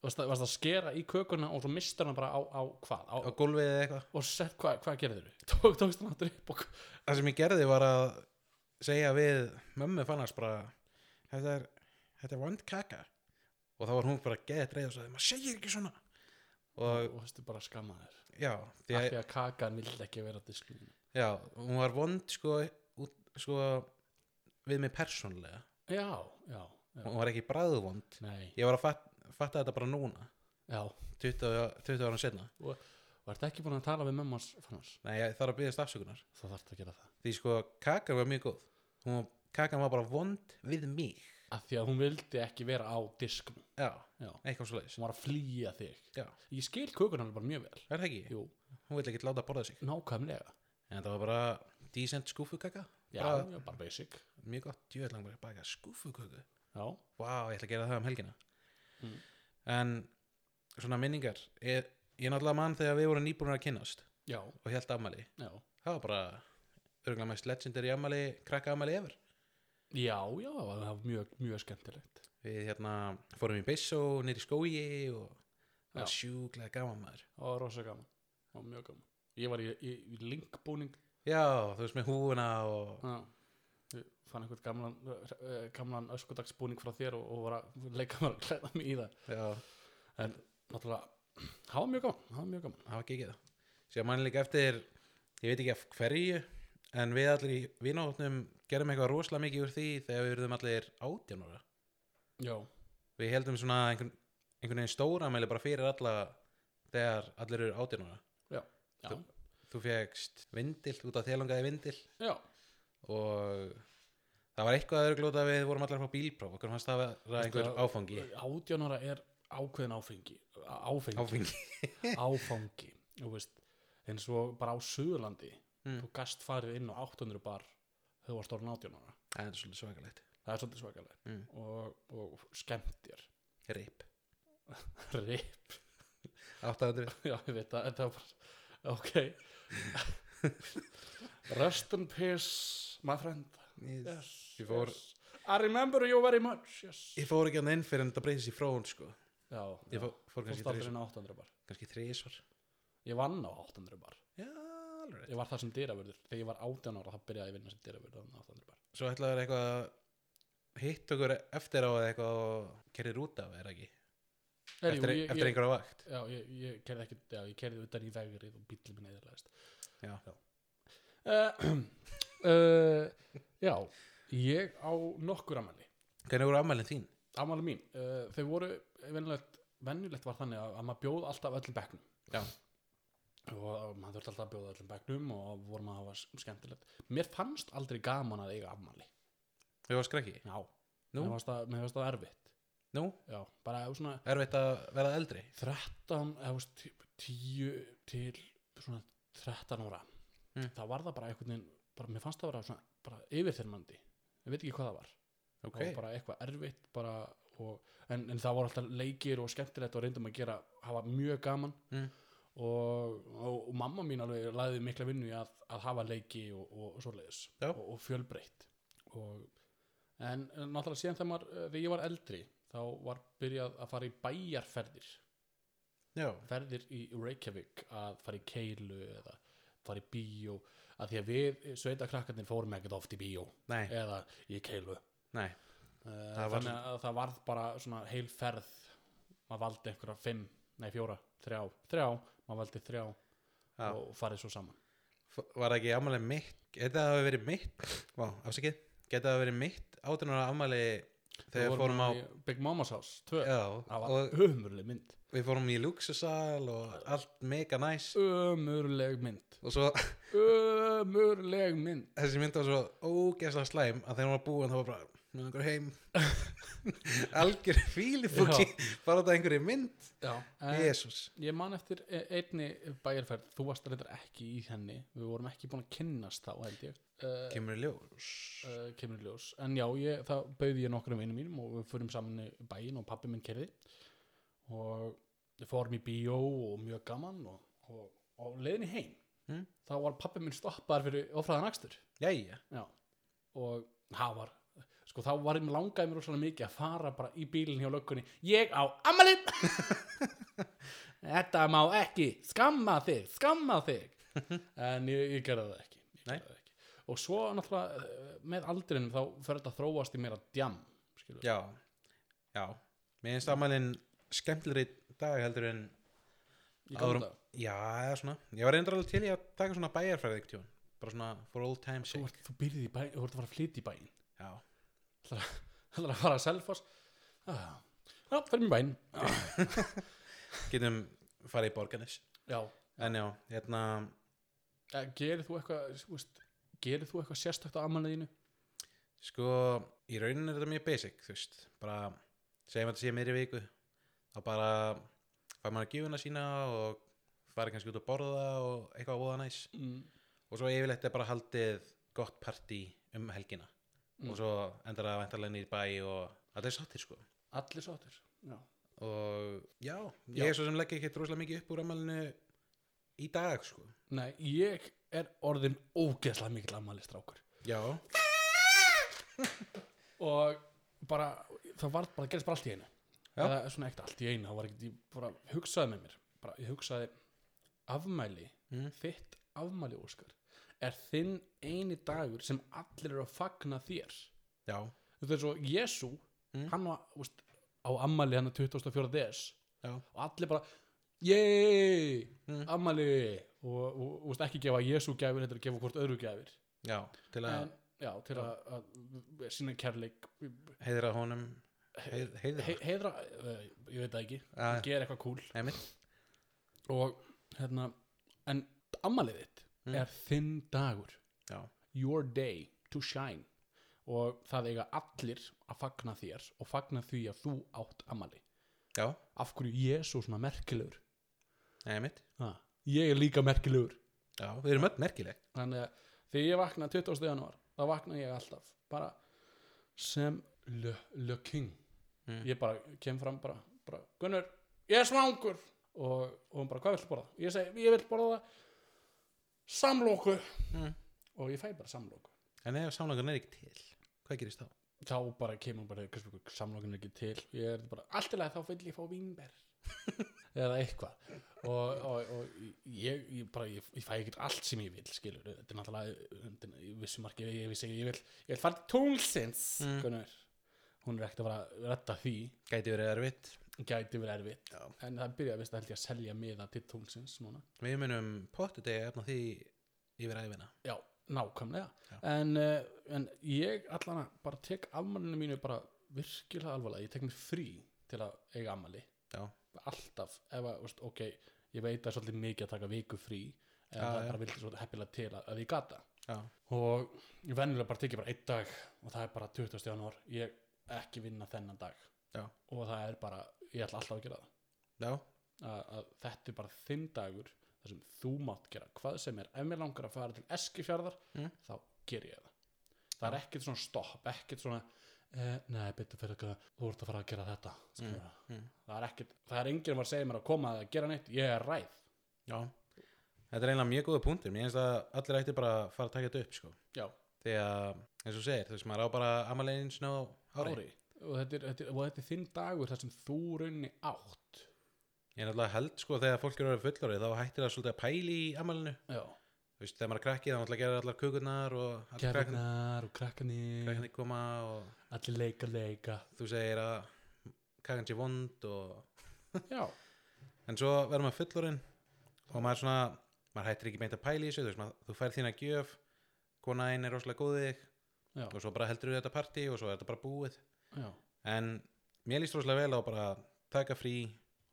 Speaker 2: varst að, varst að skera í kökuna og svo mistur hana bara á, á hvað á,
Speaker 1: á gólfið eða eitthvað
Speaker 2: og sett hvað, hvað gerður þau Tók, tókst hana aftur upp og
Speaker 1: það sem ég gerði var að segja við mömmu fannast bara þetta er, þetta er vond kaka og þá var hún bara geðið dreið og sagði maður segir ekki svona og
Speaker 2: og þú veist bara skamma þér
Speaker 1: já, því
Speaker 2: af
Speaker 1: að,
Speaker 2: því að kakan vill ekki vera diskunum
Speaker 1: já hún var vond sko, út, sko við mig persónlega
Speaker 2: já, já, já,
Speaker 1: hún var ekki bræðvond
Speaker 2: nei
Speaker 1: ég var að fat, fatta þetta bara núna
Speaker 2: já,
Speaker 1: 20, ára- 20 ára setna
Speaker 2: og ertu ekki búin að tala við mömmans fannars
Speaker 1: nei, ég þarf að byggja stafsökunar
Speaker 2: þá þarftu að gera það
Speaker 1: því sko kaka var mjög góð hún, var- kakan var bara vond við mig
Speaker 2: af því að hún vildi ekki vera á diskunum
Speaker 1: já,
Speaker 2: já,
Speaker 1: eitthvað svo leiðis
Speaker 2: sem var að flýja þig
Speaker 1: Já.
Speaker 2: ég skil kökuna alveg bara mjög vel
Speaker 1: er það ekki,
Speaker 2: jú,
Speaker 1: hún vil ekki láta borða sig
Speaker 2: nákvæmlega
Speaker 1: En þetta var bara decent skúfukaka
Speaker 2: já,
Speaker 1: Bara-
Speaker 2: já, bara basic
Speaker 1: Mjög gott, djöðl langar að baka skúfuköku
Speaker 2: já,
Speaker 1: Vá, ég ætla að gera það um helgina
Speaker 2: Mm.
Speaker 1: En svona minningar Ég, ég náttúrulega mann þegar við vorum nýbúinir að kynnast
Speaker 2: já,
Speaker 1: Og hélt afmæli
Speaker 2: já
Speaker 1: Það var bara örgulega mest legendary afmæli Krakka afmæli yfir
Speaker 2: já, já, það var mjög, mjög skemmtilegt
Speaker 1: Við hérna fórum í Bissó, nýr í skógi Og það var
Speaker 2: Já.
Speaker 1: sjúklega gaman maður
Speaker 2: það var rosa gaman, það var mjög gaman ég var í, í, í linkbúning
Speaker 1: Já, þú veist með húfuna og
Speaker 2: Já, ég fann einhvern gamlan, uh, gamlan öskudagsbúning frá þér og, og var að leika mér að klæða mig í
Speaker 1: Já,
Speaker 2: það en náttúrulega, það var mjög gaman það var mjög gaman,
Speaker 1: það var ekki ekki það Sér mann líka eftir, ég veit ekki af hverju En við allir í vinahóttnum gerum eitthvað rosalega mikið úr því þegar við erum allir átján ára
Speaker 2: já,
Speaker 1: Við heldum svona einhvern, einhvern veginn stóra meðli bara fyrir alla þegar allir eru átján ára
Speaker 2: já,
Speaker 1: Þú fegst vindil út af þélungaði vindil
Speaker 2: já
Speaker 1: og það var eitthvað að örglóta við vorum allir frá bílpróf okkur fannst það vera einhver áfangi
Speaker 2: átjónara er ákveðin áfengi áfengi,
Speaker 1: Áfangi
Speaker 2: áfangi þú veist, eins og bara á Suðurlandi
Speaker 1: Mm.
Speaker 2: þú gast farið inn á 800 bar þegar þú varst orðin átjónara
Speaker 1: Það er svolítið svakalegt
Speaker 2: það er svolítið svakalegt
Speaker 1: Mm.
Speaker 2: og, og skemmtir
Speaker 1: Rip
Speaker 2: rip
Speaker 1: 800
Speaker 2: Já, ég veit það, þetta var bara, ok Rest in peace, my friend
Speaker 1: Ég,
Speaker 2: Yes,
Speaker 1: Ég fór-
Speaker 2: yes I remember you very much, yes
Speaker 1: ég fór ekki hann inn fyrir en þetta breyðis í frón sko
Speaker 2: Já,
Speaker 1: Ég fór, fór
Speaker 2: þú
Speaker 1: kannski
Speaker 2: startur
Speaker 1: þrisvar
Speaker 2: inn á 800 bar
Speaker 1: kannski þrísvar
Speaker 2: Ég vann á 800 bar
Speaker 1: Já, alveg rétt.
Speaker 2: Ég var það sem dyravörður Þegar ég var 18 ára, þá byrjaði ég að vinna sem dyravörður á 800 bar
Speaker 1: Svo ætlaður eitthvað að hitt okkur eftir á eða eitthvað og kerir út af, er það ekki?
Speaker 2: Nei,
Speaker 1: eftir,
Speaker 2: jú, ég,
Speaker 1: eftir
Speaker 2: ég,
Speaker 1: einhverja vakt
Speaker 2: Já, ég, ég kerði ekki, já, ég kerði utan í vegrið og bíllinn minn eðurlegast
Speaker 1: Já.
Speaker 2: uh, uh, Já, ég á nokkur amæli
Speaker 1: Hvernig voru afmælinn þín?
Speaker 2: afmæli mín uh, þau voru venjulegt, venjulegt var þannig að, að maður bjóð alltaf öllum bekknum
Speaker 1: Já.
Speaker 2: og maður þurfti alltaf að bjóða öllum bekknum og vorum að hafa s- skemmtilegt mér fannst aldrei gaman að eiga afmæli
Speaker 1: Við varum skrekki?
Speaker 2: já,
Speaker 1: Nú?
Speaker 2: mér fannst það, mér fannst það erfitt
Speaker 1: Nú?
Speaker 2: já, bara ef svona
Speaker 1: Erfitt að verða eldri?
Speaker 2: 13 eða þú veist, 10 til svona 13 ára
Speaker 1: Mm.
Speaker 2: þá var það bara einhvern veginn bara, mér fannst það vera svona, bara yfirþyrmandi ég veit ekki hvað það var
Speaker 1: Ok,
Speaker 2: það var bara eitthvað erfitt bara og, en, en það voru alltaf leikir og skemmtilegt og reyndum að gera, hafa mjög gaman
Speaker 1: Mm.
Speaker 2: og, og, og mamma mín alveg laðið mikla vinnu í að, að hafa leiki og, og, og svoleiðis
Speaker 1: Já.
Speaker 2: og, og fjölbreytt og, en en náttúrulega síðan þegar, maður, eh, þegar ég var eldri þá var byrjað að fara í bæjarferðir
Speaker 1: já,
Speaker 2: ferðir í Reykjavík að fara í keilu eða fara í bíó að því að við sveitakrakkarnir fórum ekkert oft í bíó
Speaker 1: nei,
Speaker 2: eða í keilu
Speaker 1: nei
Speaker 2: Uh,
Speaker 1: Það var-
Speaker 2: þannig að það varð bara svona heil ferð maður valdi einhverja fimm, nei fjóra, þrjá þrjá, maður valdi þrjá
Speaker 1: já.
Speaker 2: og farið svo saman
Speaker 1: F- Var það ekki afmælið mitt? Geti það hafi verið mitt? Vá, afsakið Geti það hafi verið mitt átjánara afmæli þegar
Speaker 2: Við
Speaker 1: við fórum á
Speaker 2: í Big Mama's House, tvö
Speaker 1: Já,
Speaker 2: það
Speaker 1: og
Speaker 2: var ömurleg mynd
Speaker 1: við fórum í luxusal og allt mega næs
Speaker 2: ömurleg mynd
Speaker 1: og svo
Speaker 2: ömurleg mynd
Speaker 1: þessi mynd var svo ógeðslega slæm að þegar hún var búin þá var bara með einhver heim algjör fílifúki bara þetta einhverju mynd
Speaker 2: Já, en
Speaker 1: Jésús
Speaker 2: ég man eftir e- einni bæjarferð þú varst reyndar ekki í henni við vorum ekki búin að kynnast þá held ég uh,
Speaker 1: kemur í ljós
Speaker 2: uh, kemur í ljós en já, ég, það bauði ég nokkrum vinnum mínum og við förum saman í bæinn og pappi minn kerði og við fórum í bíó og mjög gaman og, og, og leiðinni heim
Speaker 1: Mm.
Speaker 2: þá var pappi minn stoppaðar fyrir ofraðan akstur
Speaker 1: jæja
Speaker 2: já, og það var sko þá var ég langaði mér rosalega mikið að fara bara í bílinn hjá löggunni ég á ammalinn þetta má ekki skamma þig, skamma þig en ég, ég gerði það ekki, ég
Speaker 1: Nei.
Speaker 2: gerði það ekki. og svo náttúrulega eh, með aldrinum þá fyrir þetta að þróast í meira djam skilur.
Speaker 1: já, já mér finnst afmælin skemmtilegri í dag heldur en
Speaker 2: Í
Speaker 1: áður-
Speaker 2: gamla daga.
Speaker 1: já, eða svona, ég var reyndar alveg til í að taka svona bæjarfræði ekkert tjón bara svona for old time
Speaker 2: þú,
Speaker 1: sake
Speaker 2: ert- þú byrðið í bæinn, þú voru að fara að flytja í bæinn
Speaker 1: já,
Speaker 2: Það er að fara að selfos ah, Já, fyrir mér bæinn ah,
Speaker 1: getum farið í borganis
Speaker 2: Já,
Speaker 1: en já, hérna,
Speaker 2: Eh, gerir þú eitthvað þú veist, Gerir þú eitthvað sérstakt á ammaliðinu?
Speaker 1: sko í rauninni er þetta mjög basic, þú veist bara, segjum að þetta sé meiri viku þá bara fær maður að gjöfuna sína og farið kannski út að borða og eitthvað óða næs
Speaker 2: Mm.
Speaker 1: og svo yfirleitt er bara haldið gott partí um helgina
Speaker 2: Mm.
Speaker 1: og svo endar það vantarlega nýr bæ og allir sáttir sko
Speaker 2: Allir sáttir Já,
Speaker 1: og já,
Speaker 2: Já.
Speaker 1: ég er svo sem leggja ekkert rosalega mikið upp úr ammælinu í dag sko
Speaker 2: Nei, ég er orðin ógeðslega mikill ammælistrákur
Speaker 1: já,
Speaker 2: og bara, það var bara, það gerist bara allt í einu
Speaker 1: Já.
Speaker 2: eða svona ekkert allt í einu, það var ekkert ég bara hugsaði með mér, bara ég hugsaði afmæli,
Speaker 1: Mm.
Speaker 2: þitt afmæli Óskar, er þinn eini dagur sem allir eru að fagna þér
Speaker 1: já,
Speaker 2: þetta er svo, Jésu
Speaker 1: Mm.
Speaker 2: hann var, úst, á hérna ammæli hann 2004 des
Speaker 1: já,
Speaker 2: og allir bara yey,
Speaker 1: Mm.
Speaker 2: ammæli og, og, og ekki gefa Jésu gæfir þetta er að gefa hvort öðru gæfir
Speaker 1: já til að
Speaker 2: en, já, til að, að sína kærleik
Speaker 1: heiðra honum heið, heiðra,
Speaker 2: he, heiðra, uh, ég veit það ekki
Speaker 1: Já.
Speaker 2: gera eitthvað cool
Speaker 1: heimil,
Speaker 2: og hérna, en ammælið þitt
Speaker 1: Mm.
Speaker 2: er þinn dagur
Speaker 1: já,
Speaker 2: your day to shine og það eiga allir að fagna þér og fagna því að þú átt ammæli
Speaker 1: já,
Speaker 2: af hverju ég er svo svona merkilegur
Speaker 1: heimil
Speaker 2: ha. ég er líka merkilegur
Speaker 1: já, við erum öll merkileg
Speaker 2: þannig að þegar ég vakna 20. janúar þá vakna ég alltaf bara sem le, le king
Speaker 1: Mm.
Speaker 2: ég bara kem fram bara, bara Gunnur, ég er svangur og, og hún bara, hvað viltu borða? ég segi, ég vil borða samlóku
Speaker 1: Mm.
Speaker 2: og ég fæ bara samlóku
Speaker 1: en ef samlokan er ekki til, hvað gerist þá?
Speaker 2: þá bara kemur bara, hversu hversu samlókun er ekki til ég er bara, allt í lagi þá vil ég fá vínber eða eitthvað og, og, og ég, ég bara ég, ég fæ ekkert allt sem ég vil skilur, þetta er náttúrulega þetta er- í vissu marki, ég, ég vissi, ég vil ég vil fara til tunglsins
Speaker 1: Mm.
Speaker 2: Gunnar. hún er ekkert að fara að retta því
Speaker 1: gæti verið erfitt,
Speaker 2: gæti verið erfitt
Speaker 1: Já.
Speaker 2: en það byrjaði vist að held ég að selja miða til tunglsins núna
Speaker 1: við munum pottu degi efna því yfir æfina
Speaker 2: já, nákvæmlega
Speaker 1: Já.
Speaker 2: En, eh, en ég allan að bara tek afmælinu mínu bara virkilega alvarlega ég tek mér frí til að eiga afmæli
Speaker 1: Já.
Speaker 2: alltaf, ef að, veist, ok ég veit að það er svolítið mikið að taka viku frí
Speaker 1: Já,
Speaker 2: en það
Speaker 1: já.
Speaker 2: bara vildi svolítið heppilega til að, að ég gata
Speaker 1: já,
Speaker 2: og ég venjulega bara tekið bara einn dag og það er bara 20. janúar ég ekki vinna þennan dag
Speaker 1: Já.
Speaker 2: og það er bara, ég ætla alltaf að gera það
Speaker 1: já,
Speaker 2: að, að þetta er bara þinn dagur þar sem þú mátt gera hvað sem er ef mér langar að fara til Eskifjarðar
Speaker 1: Mm.
Speaker 2: þá ger ég það það er ekkert svona stopp, ekkert svona eh, nei, betur fyrir ekki að þú ert að fara að gera þetta mm.
Speaker 1: mm.
Speaker 2: það er ekkert, það er enginn að fara að segja mér að koma að gera neitt, ég er ræð
Speaker 1: já þetta er eiginlega mjög góða punktur, mér finnst að allir ætti bara að fara að taka þetta upp sko
Speaker 2: já,
Speaker 1: því að eins og þú segir, þú veist, maður á bara amalegin sinna á ári.
Speaker 2: ári, Og, þetta er, þetta er, og þetta er þinn dagur þar sem þú raunni átt
Speaker 1: Ég er náttúrulega held sko þegar fólk eru að fullorið þá hættir það svolítið að pæli í amalinu
Speaker 2: já,
Speaker 1: þú veist, þegar maður er krakkið þá náttúrulega gerir allar kökurnar og allir krakkarnir-
Speaker 2: gerðinar og krakkanir
Speaker 1: krakkarnir koma og
Speaker 2: allir leika leika
Speaker 1: þú segir að kakan sé vond og
Speaker 2: já,
Speaker 1: en svo verður maður fullorinn og maður svona, maður hættir ekki meint að pæli í þessu þú veist, maður, þú fær þína gjöf kona einn er rosalega góð við þig
Speaker 2: já,
Speaker 1: og svo bara heldur við þetta partí og svo er þetta bara búið
Speaker 2: já
Speaker 1: en mér líst rosalega vel á bara að taka frí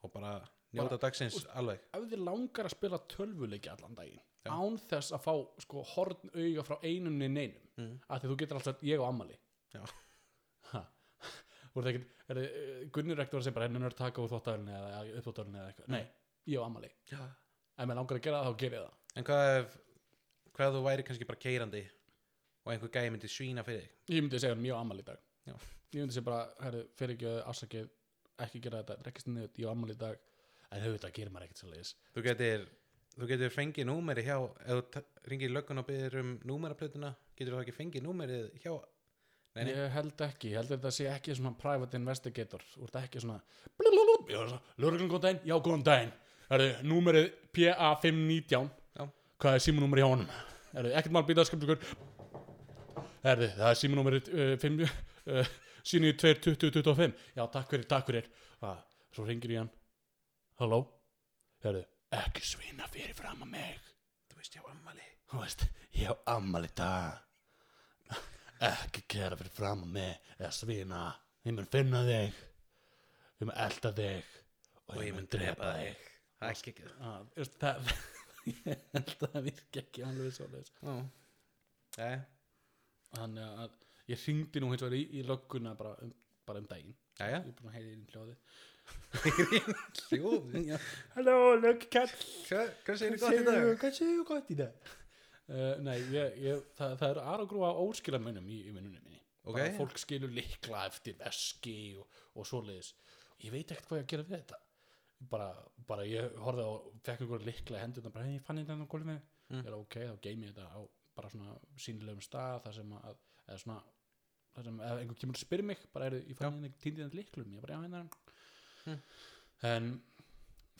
Speaker 1: og bara njóta dagsins alveg
Speaker 2: ef þið langar að spila tölvuleiki allan daginn
Speaker 1: Já.
Speaker 2: án þess að fá sko horn auga frá einum niður neinum
Speaker 1: Mm.
Speaker 2: af því þú getur alltaf ég og ammali
Speaker 1: Já.
Speaker 2: Ha. Þú ert ekkert, er þið, Gunnir rektur að segja bara henni er að taka úr þóttavelni eða uppþóttavelni eða eitthvað, nei, ég og ammali
Speaker 1: Mm. Já.
Speaker 2: ef mér langar að gera það þá ger ég
Speaker 1: En hvað ef hvað ef þú væri kannski bara keirandi og einhver gæði myndi svína fyrir þig
Speaker 2: það ég myndi segja henni ég og ammali í dag
Speaker 1: Já.
Speaker 2: ég myndi segja bara, herri, fyrir ekki afsakið ekki gera þetta, rekkist niður, ég og ammali í dag en auðvitað gerir maður ekkert svo
Speaker 1: þú getur, þú getur fengið númeri hjá ef þú ta- ringir í löggun og byrðir um númeraplötuna getur þú þá ekki fengið númerið hjá Nei, nei.
Speaker 2: Ég held ekki, ég held að þetta sé ekki svona private investigator, þú ert ekki svona blablabla, já, svona, lögreglum góðan daginn, já, góðan daginn, erðu, númerið PA519,
Speaker 1: Já.
Speaker 2: hvað er símanúmerið hjá honum, erðu, ekkert mál býtað skemmt ykkur, erðu, það er símanúmerið uh, 5, uh, sínu 2225, já, takk fyrir, takk fyrir, að, svo ringir ég hann, halló, erðu, ekki svina fyrir fram að mig,
Speaker 1: Þú veist, já, ammali
Speaker 2: þú veist, ég á ammali í dag ekki gera fyrir fram að mig eða svina, ég mun finna þig ég mun elda þig og ég mun drepa þig
Speaker 1: Það er ekki ekki það
Speaker 2: ah, veist, það ég held að það virki ekki alveg svo leis
Speaker 1: Nei,
Speaker 2: þannig að ég hringdi nú hins vegar í, í lögguna bara um, bara um daginn
Speaker 1: jæja
Speaker 2: ég er búin að heyra í þín hljóði
Speaker 1: Jú,
Speaker 2: Halló, löggkall
Speaker 1: hvað hvað segirðu gott í dag?
Speaker 2: Hvað séu gott í dag? Uh, nei, ég, ég, það, það er aðgrúa óskilamunum í, í vinnunum minni
Speaker 1: Ok.
Speaker 2: Bara Fólk skilur likla eftir veski og, og svoleiðis Ég veit ekkert hvað ég að gera við þetta Bara, bara ég horfði á fekk einhver likla í hendurna bara, hey, ég fann þetta á gólfinu
Speaker 1: Mm.
Speaker 2: Ég er ok, þá geymi ég þetta á bara svona sýnilegum stað þar sem að, eða svona þar sem, ef einhver kemur og spyr mig bara, er, ég fann þetta týndi þetta liklum ég bara, já, hérna er hann."
Speaker 1: Mm.
Speaker 2: en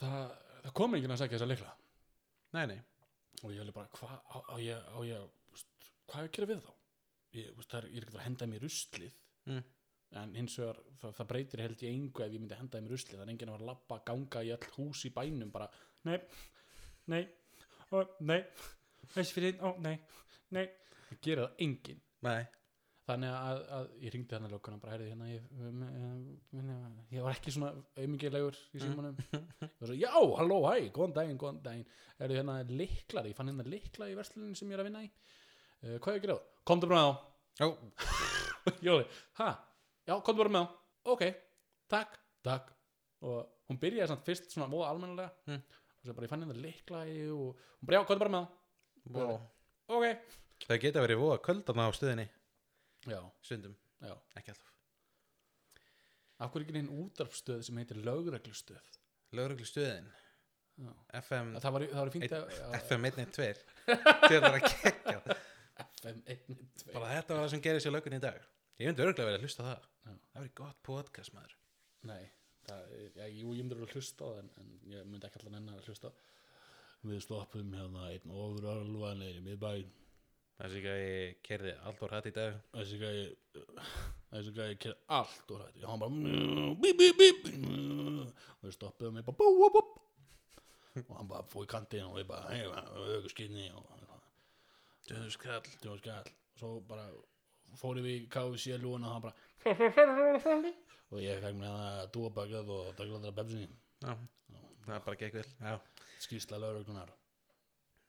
Speaker 2: það, það kom enginn að segja þessa likla
Speaker 1: Nei, nei,
Speaker 2: og ég hefði bara, hvað á, á ég, á ég þú veist, hvað á ég að gera við þá ég, þú veist, það er, ég er ekki að henda mér ruslið
Speaker 1: Mm.
Speaker 2: en hins vegar það, það breytir held ég engu ef ég myndi henda mér ruslið það er enginn að fara að labba, ganga í all hús í bænum bara, nei, nei ó, nei, þessi fyrir ó, nei, nei það gera það enginn
Speaker 1: nei
Speaker 2: þannig að, að ég ringdi hann að lögguna bara heyrði hérna ég, um, um, um, ég var ekki svona aumingilegur í símanum ég var svo já, halló, hæ, góðan daginn, góðan daginn heyrði hérna liklar, ég fann hérna likla í verslunin sem ég er að vinna í uh, hvað er að gera þá? komdu bara með
Speaker 1: Jó,
Speaker 2: þá Jóli, hæ, já, komdu bara með þá ok, takk, takk og hún byrjaði samt fyrst svona móða almennilega
Speaker 1: Mm.
Speaker 2: og svo bara ég fann hérna likla í og hún bara já, komdu bara með
Speaker 1: vá.
Speaker 2: þá ok,
Speaker 1: Það geta verið voða kvöldarna á stöðinni
Speaker 2: já,
Speaker 1: Stundum,
Speaker 2: já
Speaker 1: ekki alltaf
Speaker 2: af hverju er ekki einn útarfstöð sem heitir lögreglustöð
Speaker 1: Lögreglu stöðin
Speaker 2: Já.
Speaker 1: FM,
Speaker 2: Að Það var, það var fínt að
Speaker 1: FM 112 Þetta var að kekja
Speaker 2: FM 1, 2
Speaker 1: Bara þetta var það sem gerði sér löggun í dag Ég myndi örgulega verið að hlusta á það
Speaker 2: Já.
Speaker 1: Það verið gott podcast maður
Speaker 2: Nei, það, er- já, jú, ég myndi að hlusta á það en, en ég myndi ekki allan enn að hlusta á Við stoppum hérna einn ofur alvanir í miðbæn
Speaker 1: Þessi ekki að ég kerði Aldór Hatt í dag
Speaker 2: Þessi gæði Þessi gæði kæði allt og rætti Hann bara bíp, bíp, bíp og við stoppuðum við bara bú, bú, bú og hann bara fór í kantinn og við bara hei, auðvitað skinni og
Speaker 1: Döðuskall
Speaker 2: djóð skall svo bara fórum við í KFC lúin og hann bara og ég fæk mér að dúa bakað og daglaðra bebsinni
Speaker 1: Já, það bara gekk vel Já,
Speaker 2: skýrsla lauruglunar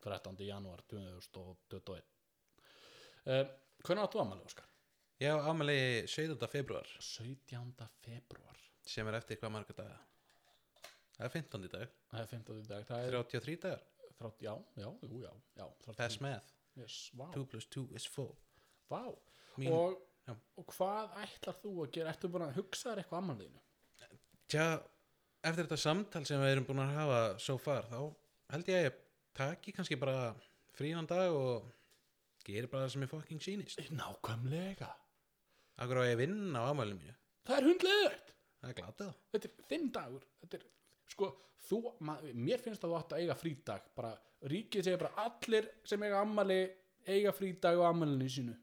Speaker 2: 13. janúar 2021 uh, hvernig áttu ammali Óskar?
Speaker 1: Já ámæli 17. februar
Speaker 2: 17. februar
Speaker 1: sem er eftir hvað marga daga Það er 15 í dag,
Speaker 2: það er 15. dag það er
Speaker 1: 33 dagar
Speaker 2: 30, já, já, jú, já, já 30
Speaker 1: Pass með,
Speaker 2: yes, vá,
Speaker 1: 2 plus 2 is 4
Speaker 2: vá.
Speaker 1: Mín,
Speaker 2: Og,
Speaker 1: já.
Speaker 2: og hvað ætlar þú að gera ertu búin að hugsa þér eitthvað ammaliðinu?
Speaker 1: tja, eftir þetta samtal sem við erum búin að hafa so far þá held ég að ég taki kannski bara frínan dag og geri bara það sem ég fucking sýnist
Speaker 2: nákvæmlega
Speaker 1: Akkur á ég að vinna á ámælinu mínu
Speaker 2: það er hundleðið
Speaker 1: Það er glatað
Speaker 2: þetta er þinn dagur þetta er, sko, þú, ma, mér finnst að þú átt að eiga frídag bara, ríkið segir bara allir sem eiga ammali eiga frídag á ammalinu sínu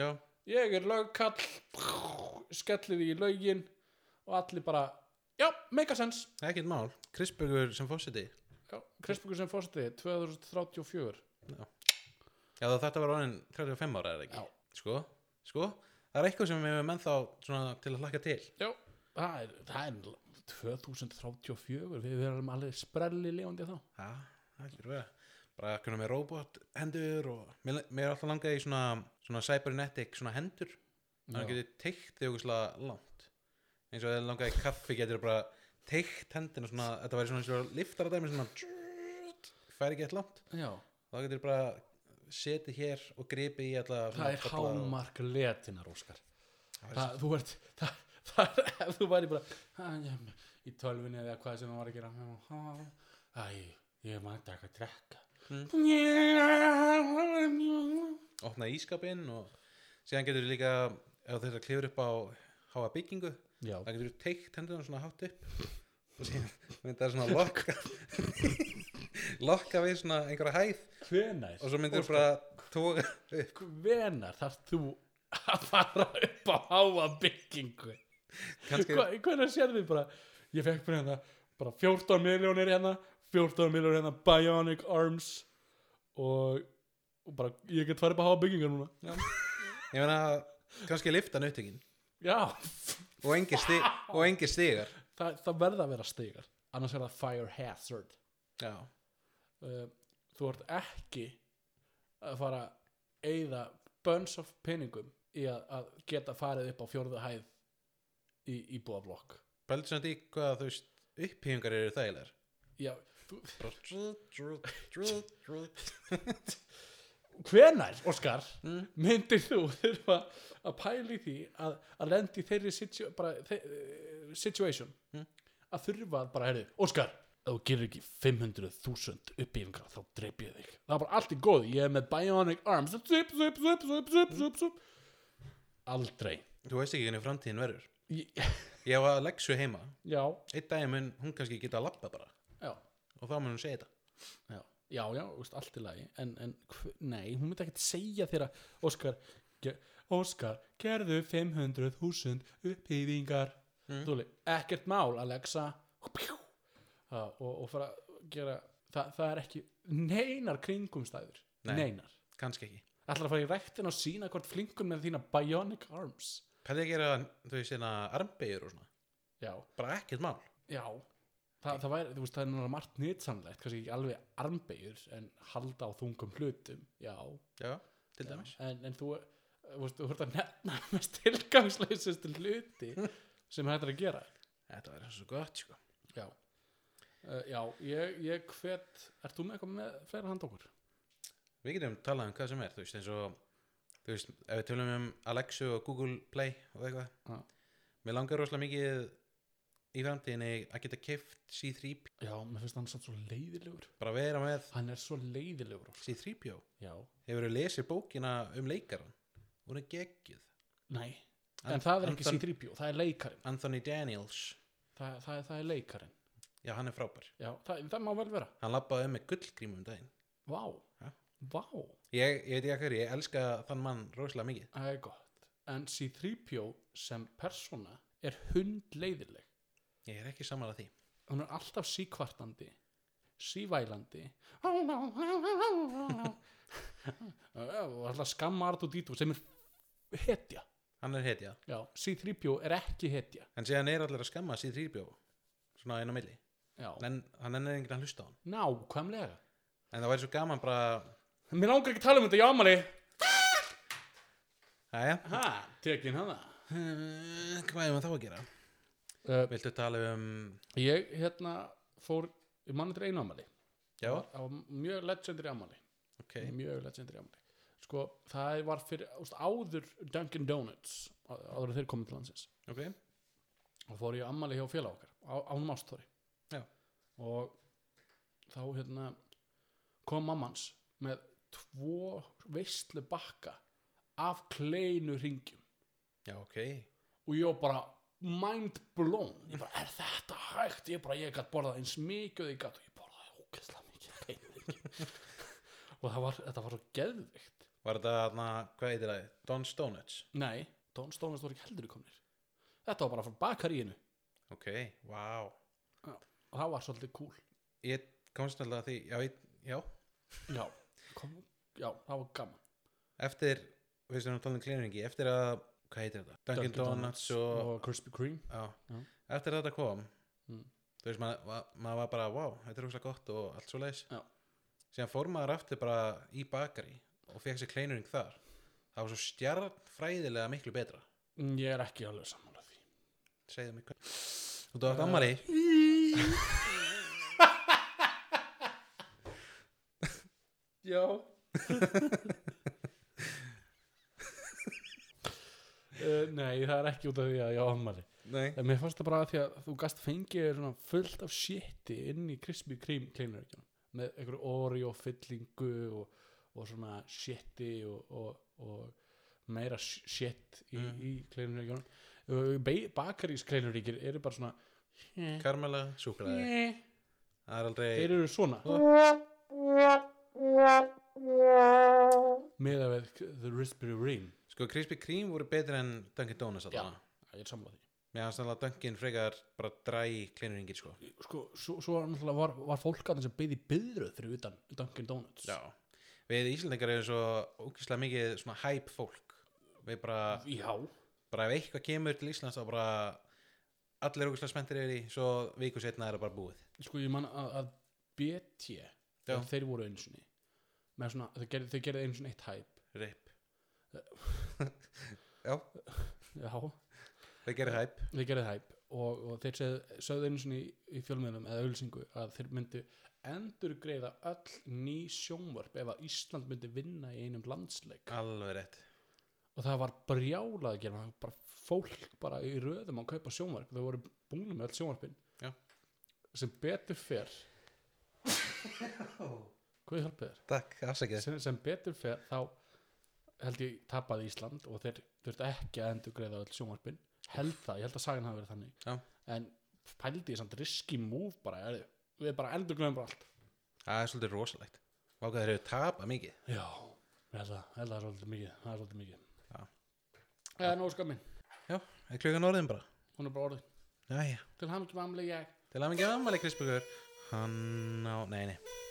Speaker 1: Já,
Speaker 2: ég er lögkall skellir því í lögin og allir bara, já, make a sense
Speaker 1: það er ekkert mál Kristbergur sem fósiti
Speaker 2: Já, Kristbúkur sem fórstiði 2034
Speaker 1: Já, þá þetta var orðin 35 ára er það ekki
Speaker 2: Já.
Speaker 1: Sko, sko Það er eitthvað sem við hefum ennþá svona til að hlakka til
Speaker 2: já, það er, það er 2034 við verðum alveg sprelli lifandi þá
Speaker 1: Já, það er ekki röð bara að kunna með robot hendur og mér, mér er alltaf langað í svona, svona cybernetic svona hendur þannig að
Speaker 2: Já.
Speaker 1: getur teikt þig ógustlega langt eins og þegar langað í kaffi getur bara teikt hendina svona þetta væri svona eins og liftara dæmi svona tjúrt, færi ekki eitthvað langt
Speaker 2: já,
Speaker 1: þá getur bara setið hér og gripi í alltaf
Speaker 2: það er hámark letinar, Óskar það, þú ert það, það, ef þú væri bara "Ha, ég- í tölvinni eða hvað sem það var að gera "Já, ha, ha, ha." æ, ég mætti ekki að drekka
Speaker 1: Mm. opna ískapinn og síðan getur líka ef þess að klifur upp á háa byggingu
Speaker 2: já,
Speaker 1: það getur teikt hendunum svona hátt upp og síðan myndar svona lokka lokka við svona einhverja hæð
Speaker 2: hvenar
Speaker 1: og svo myndir bara tóka upp
Speaker 2: hvenar þarf þú að fara upp á háa byggingu
Speaker 1: kannski
Speaker 2: Hva, hvenar sérðu bara ég fekk bara hérna, bara 14 miljónir hérna 14 miljónir hérna Bionic Arms og, og bara, ég get farið upp á háa byggingu núna
Speaker 1: ég meina kannski lifta nautökin
Speaker 2: já,
Speaker 1: og engir, stig, og engir stigar
Speaker 2: það, það verða að vera stigar annars er það fire hazard
Speaker 1: já,
Speaker 2: uh, þú ert ekki að fara að eyða bunch of peningum í að, að geta farið upp á fjórðu hæð í, í búablokk
Speaker 1: pældi svona í hvað þú veist upphýfingar eru þægilegar
Speaker 2: já, þú,
Speaker 1: Bara drú, drú, drú, drú.
Speaker 2: hvenær, Óskar
Speaker 1: Mm.
Speaker 2: myndir þú þurfa að pæli því að, að lendi þeirri situ, bara, þe eh, situation
Speaker 1: Mm.
Speaker 2: að þurfa að bara, herri, Óskar ef þú gerir ekki 500.000 uppbyggingar þá drep ég þig það er bara allt í góð, ég er með bionic arms zup, zup, zup, zup, zup, zup, zup, zup. aldrei
Speaker 1: þú veist ekki hvernig framtíðin verður
Speaker 2: ég,
Speaker 1: ég var að leggsu heima
Speaker 2: já,
Speaker 1: einn dag mun hún kannski geta að labba bara
Speaker 2: já,
Speaker 1: og þá mun hún segja þetta
Speaker 2: já, já, já þú veist, allt í lagi en, en hv- nei, hún myndi ekkert segja þér að Óskar, ge, Óskar gerðu 500.000 upphýðingar
Speaker 1: Mm.
Speaker 2: mm. ekkert mál Alexa Pjú. Ha, og, og fara að gera það, það er ekki neinar kringumstæður
Speaker 1: Nei.
Speaker 2: neinar
Speaker 1: kannski ekki
Speaker 2: ætlar að fara í rektin og sína hvort flinkun með þína bionic arms
Speaker 1: pældi að gera þú veist hérna armbegjur og svona
Speaker 2: já,
Speaker 1: bara ekkert mál
Speaker 2: já Þa, það, væri, þú veist, það er náttúrulega margt nýtsamlegt kannski ekki alveg armbegjur en halda á þungum hlutum já,
Speaker 1: já, til
Speaker 2: Já,
Speaker 1: dæmis
Speaker 2: en, en þú þú veist, þú ert að nefna mest tilgangsleisustu hluti sem hægt er að gera
Speaker 1: þetta verður svo gott sko
Speaker 2: já, uh, já ég, ég hvet ert þú með eitthvað með fleira hand okkur?
Speaker 1: við getum talað um hvað sem er þú veist eins og þú veist ef við tölum um Alexu og Google Play og eitthvað
Speaker 2: Já.
Speaker 1: mér langar rosalega mikið í framtíðinni að geta keift C3P
Speaker 2: já, mér finnst hann samt svo leiðilegur
Speaker 1: bara vera með
Speaker 2: hann er svo leiðilegur oft.
Speaker 1: C3P
Speaker 2: já,
Speaker 1: hefur verið lesið bókina um leikaran hún er geggjuð
Speaker 2: nei, en,
Speaker 1: Ant-
Speaker 2: það er ekki
Speaker 1: Anton-
Speaker 2: C-3PO, það er leikarinn
Speaker 1: Anthony Daniels
Speaker 2: það, það, það er leikarinn
Speaker 1: já hann er frábær
Speaker 2: já, það, það má vel vera
Speaker 1: hann labbaði um með gullgrímum um daginn
Speaker 2: vá,
Speaker 1: Já.
Speaker 2: vá,
Speaker 1: ég, ég veit ekki að hverju ég elska þann mann rosalega mikið
Speaker 2: það er gott en C-3PO sem persóna er hundleiðileg
Speaker 1: ég er ekki saman að því
Speaker 2: hún er alltaf síkvartandi sívælandi og alltaf skamma Artu Dítu sem er hetja
Speaker 1: hann er hetja
Speaker 2: já, C-3PO er ekki hetja
Speaker 1: en síðan er allir að skamma C3P svona inn á milli
Speaker 2: já,
Speaker 1: en hann ennir enginn að hlusta á hann
Speaker 2: nákvæmlega
Speaker 1: en það væri svo gaman bara
Speaker 2: mér langar ekki að tala um þetta, já Amali
Speaker 1: Jæja,
Speaker 2: ha, tekin hana
Speaker 1: Eh, hvað er maður þá að gera?
Speaker 2: uh,
Speaker 1: Viltu tala um,
Speaker 2: ég hérna fór ég mann þetta einu Amali
Speaker 1: já,
Speaker 2: á mjög legendary Amali
Speaker 1: ok,
Speaker 2: mjög legendary Amali sko, það var fyrir úst, áður Dunkin Donuts á- áður en þeir komið til landsins
Speaker 1: ok,
Speaker 2: og fór ég á ammali hjá félag okkar á, ánum ástóri
Speaker 1: Já.
Speaker 2: og þá hérna kom mammans með tvo veistlu bakka af kleinu ringjum
Speaker 1: já, ok,
Speaker 2: og ég var bara mind blown ég bara, er þetta hægt? ég bara, ég gætt borðað eins mikið og ég gætt og ég borðaði ógeðslega mikið af kleinu ringjum og það var, þetta var svo geðvikt
Speaker 1: var þetta þarna, hvað heitir það, Don's Donuts,
Speaker 2: nei, Don Stones voru ekki heldur í komnir þetta var bara frá bakaríinu
Speaker 1: ok, wow,
Speaker 2: og það var svolítið cool
Speaker 1: ég komst náttúrulega að því, já, ég, já,
Speaker 2: já, kom, já það var gaman
Speaker 1: eftir, við veistum að tala um klinningi, eftir að, hvað heitir þetta, Dunkin Donuts og,
Speaker 2: Krispy Kreme
Speaker 1: já,
Speaker 2: Já.
Speaker 1: eftir að þetta kom,
Speaker 2: Mm.
Speaker 1: þú veist, maður va- maður var bara, wow, þetta er rúkslega gott og allt svo leis,
Speaker 2: Já.
Speaker 1: síðan fór maður aftur bara í bakari og fekk sér klinning þar, það var svo stjarnfræðilega miklu betra,
Speaker 2: Mm, ég er ekki alveg sammála því
Speaker 1: segðu mig hvað og þú átt ammali
Speaker 2: já Eh, nei, það er ekki út af því að ég á ammali
Speaker 1: nei,
Speaker 2: en mér fannst það bara að því að þú gast fengið svona fullt af shiti inn í Krispy Kreme kleinurökjum með einhverju Oreo fyllingu og, og svona shiti og, og, og meira sh- shit í,
Speaker 1: Mm.
Speaker 2: í kleinuríkjunum bakaríks kleinuríkir eru bara svona
Speaker 1: karmela, súklaði það er aldrei
Speaker 2: þeir eru svona með að við The Raspberry Ring
Speaker 1: sko Krispy Kreme voru betri en Dunkin Donuts
Speaker 2: Já.
Speaker 1: alltaf
Speaker 2: ég er sammála því
Speaker 1: mér fannst alltaf Dunkin frekar bara dræ kleinuringir sko
Speaker 2: sko, svo, svo náttúrulega var, var fólk að sem byði byðröð fyrir utan Dunkin Donuts
Speaker 1: já. við Íslandingar erum svo ógislega mikið svona hæp fólk við bara
Speaker 2: Já.
Speaker 1: bara ef eitthvað kemur til Íslands þá bara allir ógustlega spenntir yfir því svo viku setna er það bara búið
Speaker 2: sko ég man að, að BT
Speaker 1: Já.
Speaker 2: þeir voru einsunni með svona, þeir gerði, þeir gerði einsunni eitt hæp
Speaker 1: rip já,
Speaker 2: já
Speaker 1: það gerir hæp
Speaker 2: þeir gerði hæp og, og þeir sögðu- sögðu einu sinni í, í fjölmiðlum eða auðlýsingu að þeir myndu endur greiða öll ný sjónvörp ef að Ísland myndi vinna í einum landsleik
Speaker 1: alveg rétt
Speaker 2: og það var brjálað að gera það var bara fólk bara í röðum að kaupa sjónvörp þau voru búin með öll sjónvörpin
Speaker 1: Já.
Speaker 2: sem betur fer hvað hjálpið þér
Speaker 1: takk, afsækja
Speaker 2: sem, sem betur fer þá held ég tapaði Ísland og þeir þurft ekki að endur greiða öll sjónvarpin held það, ég held að sagan hafi verið þannig
Speaker 1: Já.
Speaker 2: en pældi ég samt riski múf bara, er, við bara endur greiðum bara allt
Speaker 1: það er svolítið rosalegt vákað þeir eru tapað mikið
Speaker 2: já, ég held það, held það er svolítið mikið það er svolítið mikið
Speaker 1: Já.
Speaker 2: eða nóskar minn,
Speaker 1: já, er klukkan orðin bara
Speaker 2: hún er bara orðin
Speaker 1: já, já,
Speaker 2: til hann ekki mamli ég
Speaker 1: til að mikið ammali Kristbjörgur hann á, nei, nei